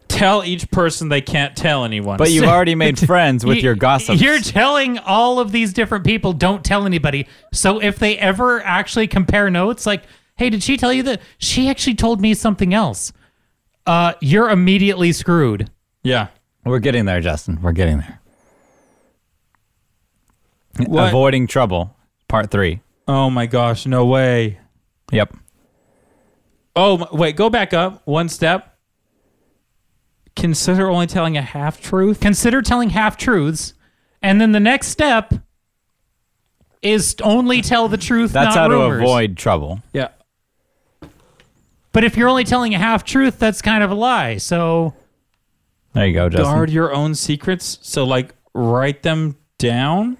S2: Tell each person they can't tell anyone.
S3: But you've already made friends with
S1: You-
S3: your gossip.
S1: You're telling all of these different people, don't tell anybody. So if they ever actually compare notes, like, hey, did she tell you that? She actually told me something else. Uh, you're immediately screwed.
S2: yeah.
S3: We're getting there, Justin. We're getting there.
S2: What?
S3: Avoiding trouble, part three.
S2: Oh my gosh, no way.
S3: Yep.
S2: Oh my, wait, go back up one step. Consider only telling a half truth.
S1: Consider telling half truths. And then the next step is only tell the truth.
S3: That's
S1: not
S3: how
S1: rumors.
S3: to avoid trouble.
S2: Yeah.
S1: But if you're only telling a half truth, that's kind of a lie. So
S3: There you go, Justin.
S2: Guard your own secrets. So like write them down.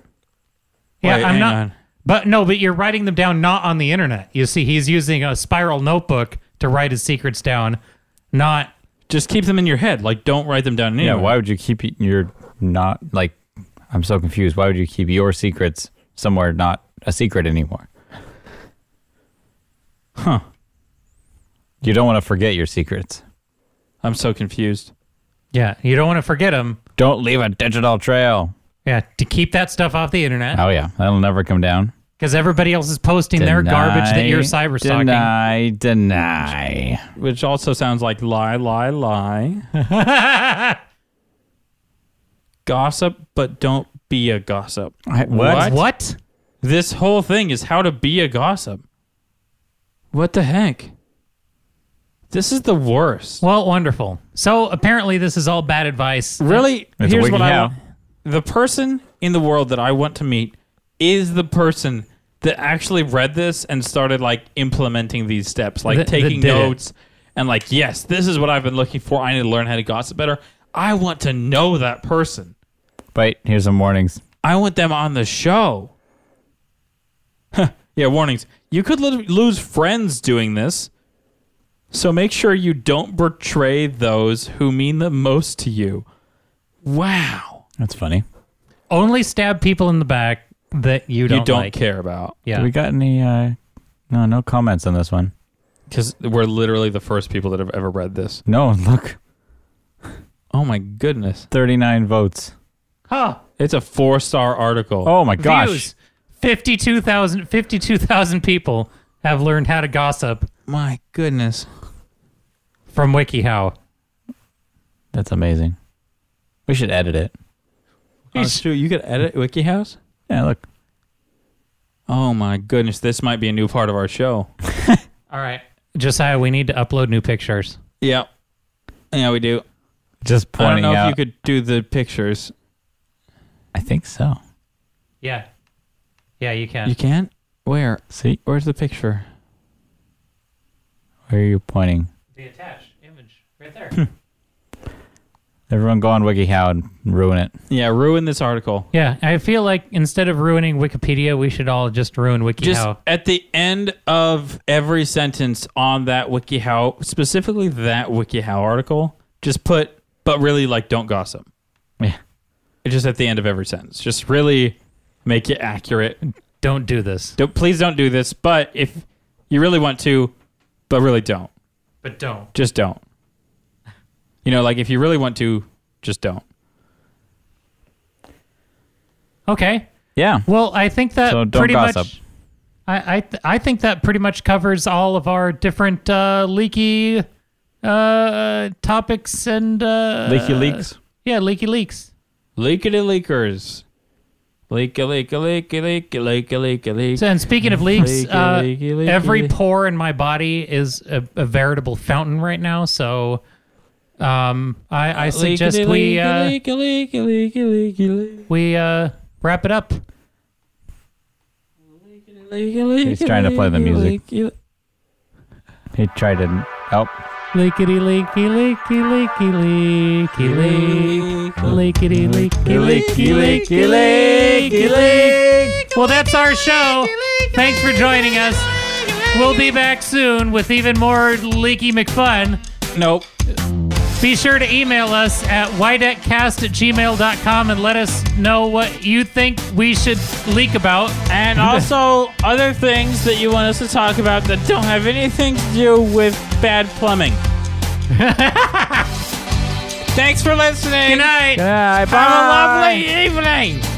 S1: yeah,
S2: Wait,
S1: I'm
S2: hang
S1: not.
S2: on.
S1: But no, but you're writing them down not on the internet. You see, he's using a spiral notebook to write his secrets down, not
S2: Just keep them in your head. Like don't write them down
S3: Yeah,
S2: anywhere.
S3: why would you keep y- your not like I'm so confused. Why would you keep your secrets somewhere not a secret anymore? Huh. You don't want to forget your secrets.
S2: I'm so confused.
S1: yeah, you don't want to forget him.
S3: Don't leave a digital trail.
S1: Yeah, to keep that stuff off the internet
S3: Oh yeah, that'll never come down.
S1: because everybody else is posting their garbage that you're cyber stalking.
S3: Deny, deny.
S2: which also sounds like lie, lie, lie. gossip, but don't be a gossip.
S3: I-
S1: What?
S3: what?
S1: What?
S2: This whole thing is how to be a gossip. What the heck? This is the worst.
S1: Well, wonderful. So apparently, this is all bad advice.
S2: Really?
S3: a
S2: here's
S3: wiki
S2: what I
S3: how.
S2: want. The person in the world that I want to meet is the person that actually read this and started like implementing these steps, like
S1: That- that
S2: taking
S1: did it.
S2: notes and like, yes, this is what I've been looking for. I need to learn how to gossip better. I want to know that person.
S3: Wait, here's some warnings.
S2: I want them on the show. Huh, yeah, warnings. You could lit- lose friends doing this. So make sure you don't betray those who mean the most to you. Wow.
S3: That's funny.
S1: Only stab people in the back that you don't
S2: you don't
S1: like.
S2: care about.
S1: Yeah.
S3: Do we got any? Uh, no, no comments on this one.
S2: Because we're literally the first people that have ever read this.
S3: No, look,
S2: Oh my goodness.
S3: 39 votes.
S1: Huh.
S2: It's a four star article.
S3: Oh my gosh.
S1: Views. 52,000 52,000 people have learned how to gossip
S2: my goodness.
S1: from WikiHow.
S3: That's amazing. We should edit it.
S2: Oh, shoot, you could edit WikiHouse?
S3: Yeah, look.
S2: Oh my goodness, this might be a new part of our show.
S1: All right, Josiah, we need to upload new pictures.
S2: Yep. Yeah, we do.
S3: Just
S2: I don't
S3: pointing
S2: know
S3: out.
S2: if you could do the pictures.
S3: I think so.
S1: Yeah, yeah, you can.
S2: You can't? Where?
S3: See,
S2: Where's the picture?
S3: where are you pointing?
S1: The attached image right there.
S3: Everyone go on WikiHow and ruin it.
S2: Yeah, ruin this article.
S1: yeah, I feel like instead of ruining Wikipedia, we should all just ruin WikiHow.
S2: Just at the end of every sentence on that WikiHow, specifically that WikiHow article, just put, but really, like, don't gossip.
S3: Yeah.
S2: Just at the end of every sentence. Just really make it accurate.
S1: Don't do this,
S2: Don't, please don't do this, but if you really want to, but really don't.
S1: but don't.
S2: just don't. You know, like if you really want to, just don't.
S1: Okay.
S3: Yeah.
S1: Well, I think that
S3: So don't
S1: pretty
S3: gossip.
S1: much. I I, th- I think that pretty much covers all of our different uh, leaky uh, topics and uh,
S3: Leaky leaks.
S1: Yeah, leaky leaks.
S2: Leakity leakers. Leaky leaky leaky leaky leaky leaky
S1: So,
S2: leak.
S1: and speaking of leaks,
S2: Leaky,
S1: uh,
S2: leaky, leaky,
S1: every
S2: leaky.
S1: pore in my body is a, a veritable fountain right now. So, um, I, I suggest
S2: Leakity
S1: we uh,
S2: leaky leaky leaky leaky leaky
S1: we uh, wrap it up.
S2: leaky leaky.
S3: He's trying to play the
S2: leaky,
S3: music.
S2: leaky, le-
S3: He tried to Oh. help.
S1: Leakity leaky leaky leaky leaky leak. Leakity leaky leaky leaky leaky leak. Well, that's our show. Thanks for joining us. We'll be back soon with even more leaky McFun.
S2: Nope.
S1: Be sure to email us at ydetcast at gmail.com and let us know what you think we should leak about.
S2: And also other things that you want us to talk about that don't have anything to do with bad plumbing. Thanks for listening.
S1: Good night.
S2: Have a lovely evening.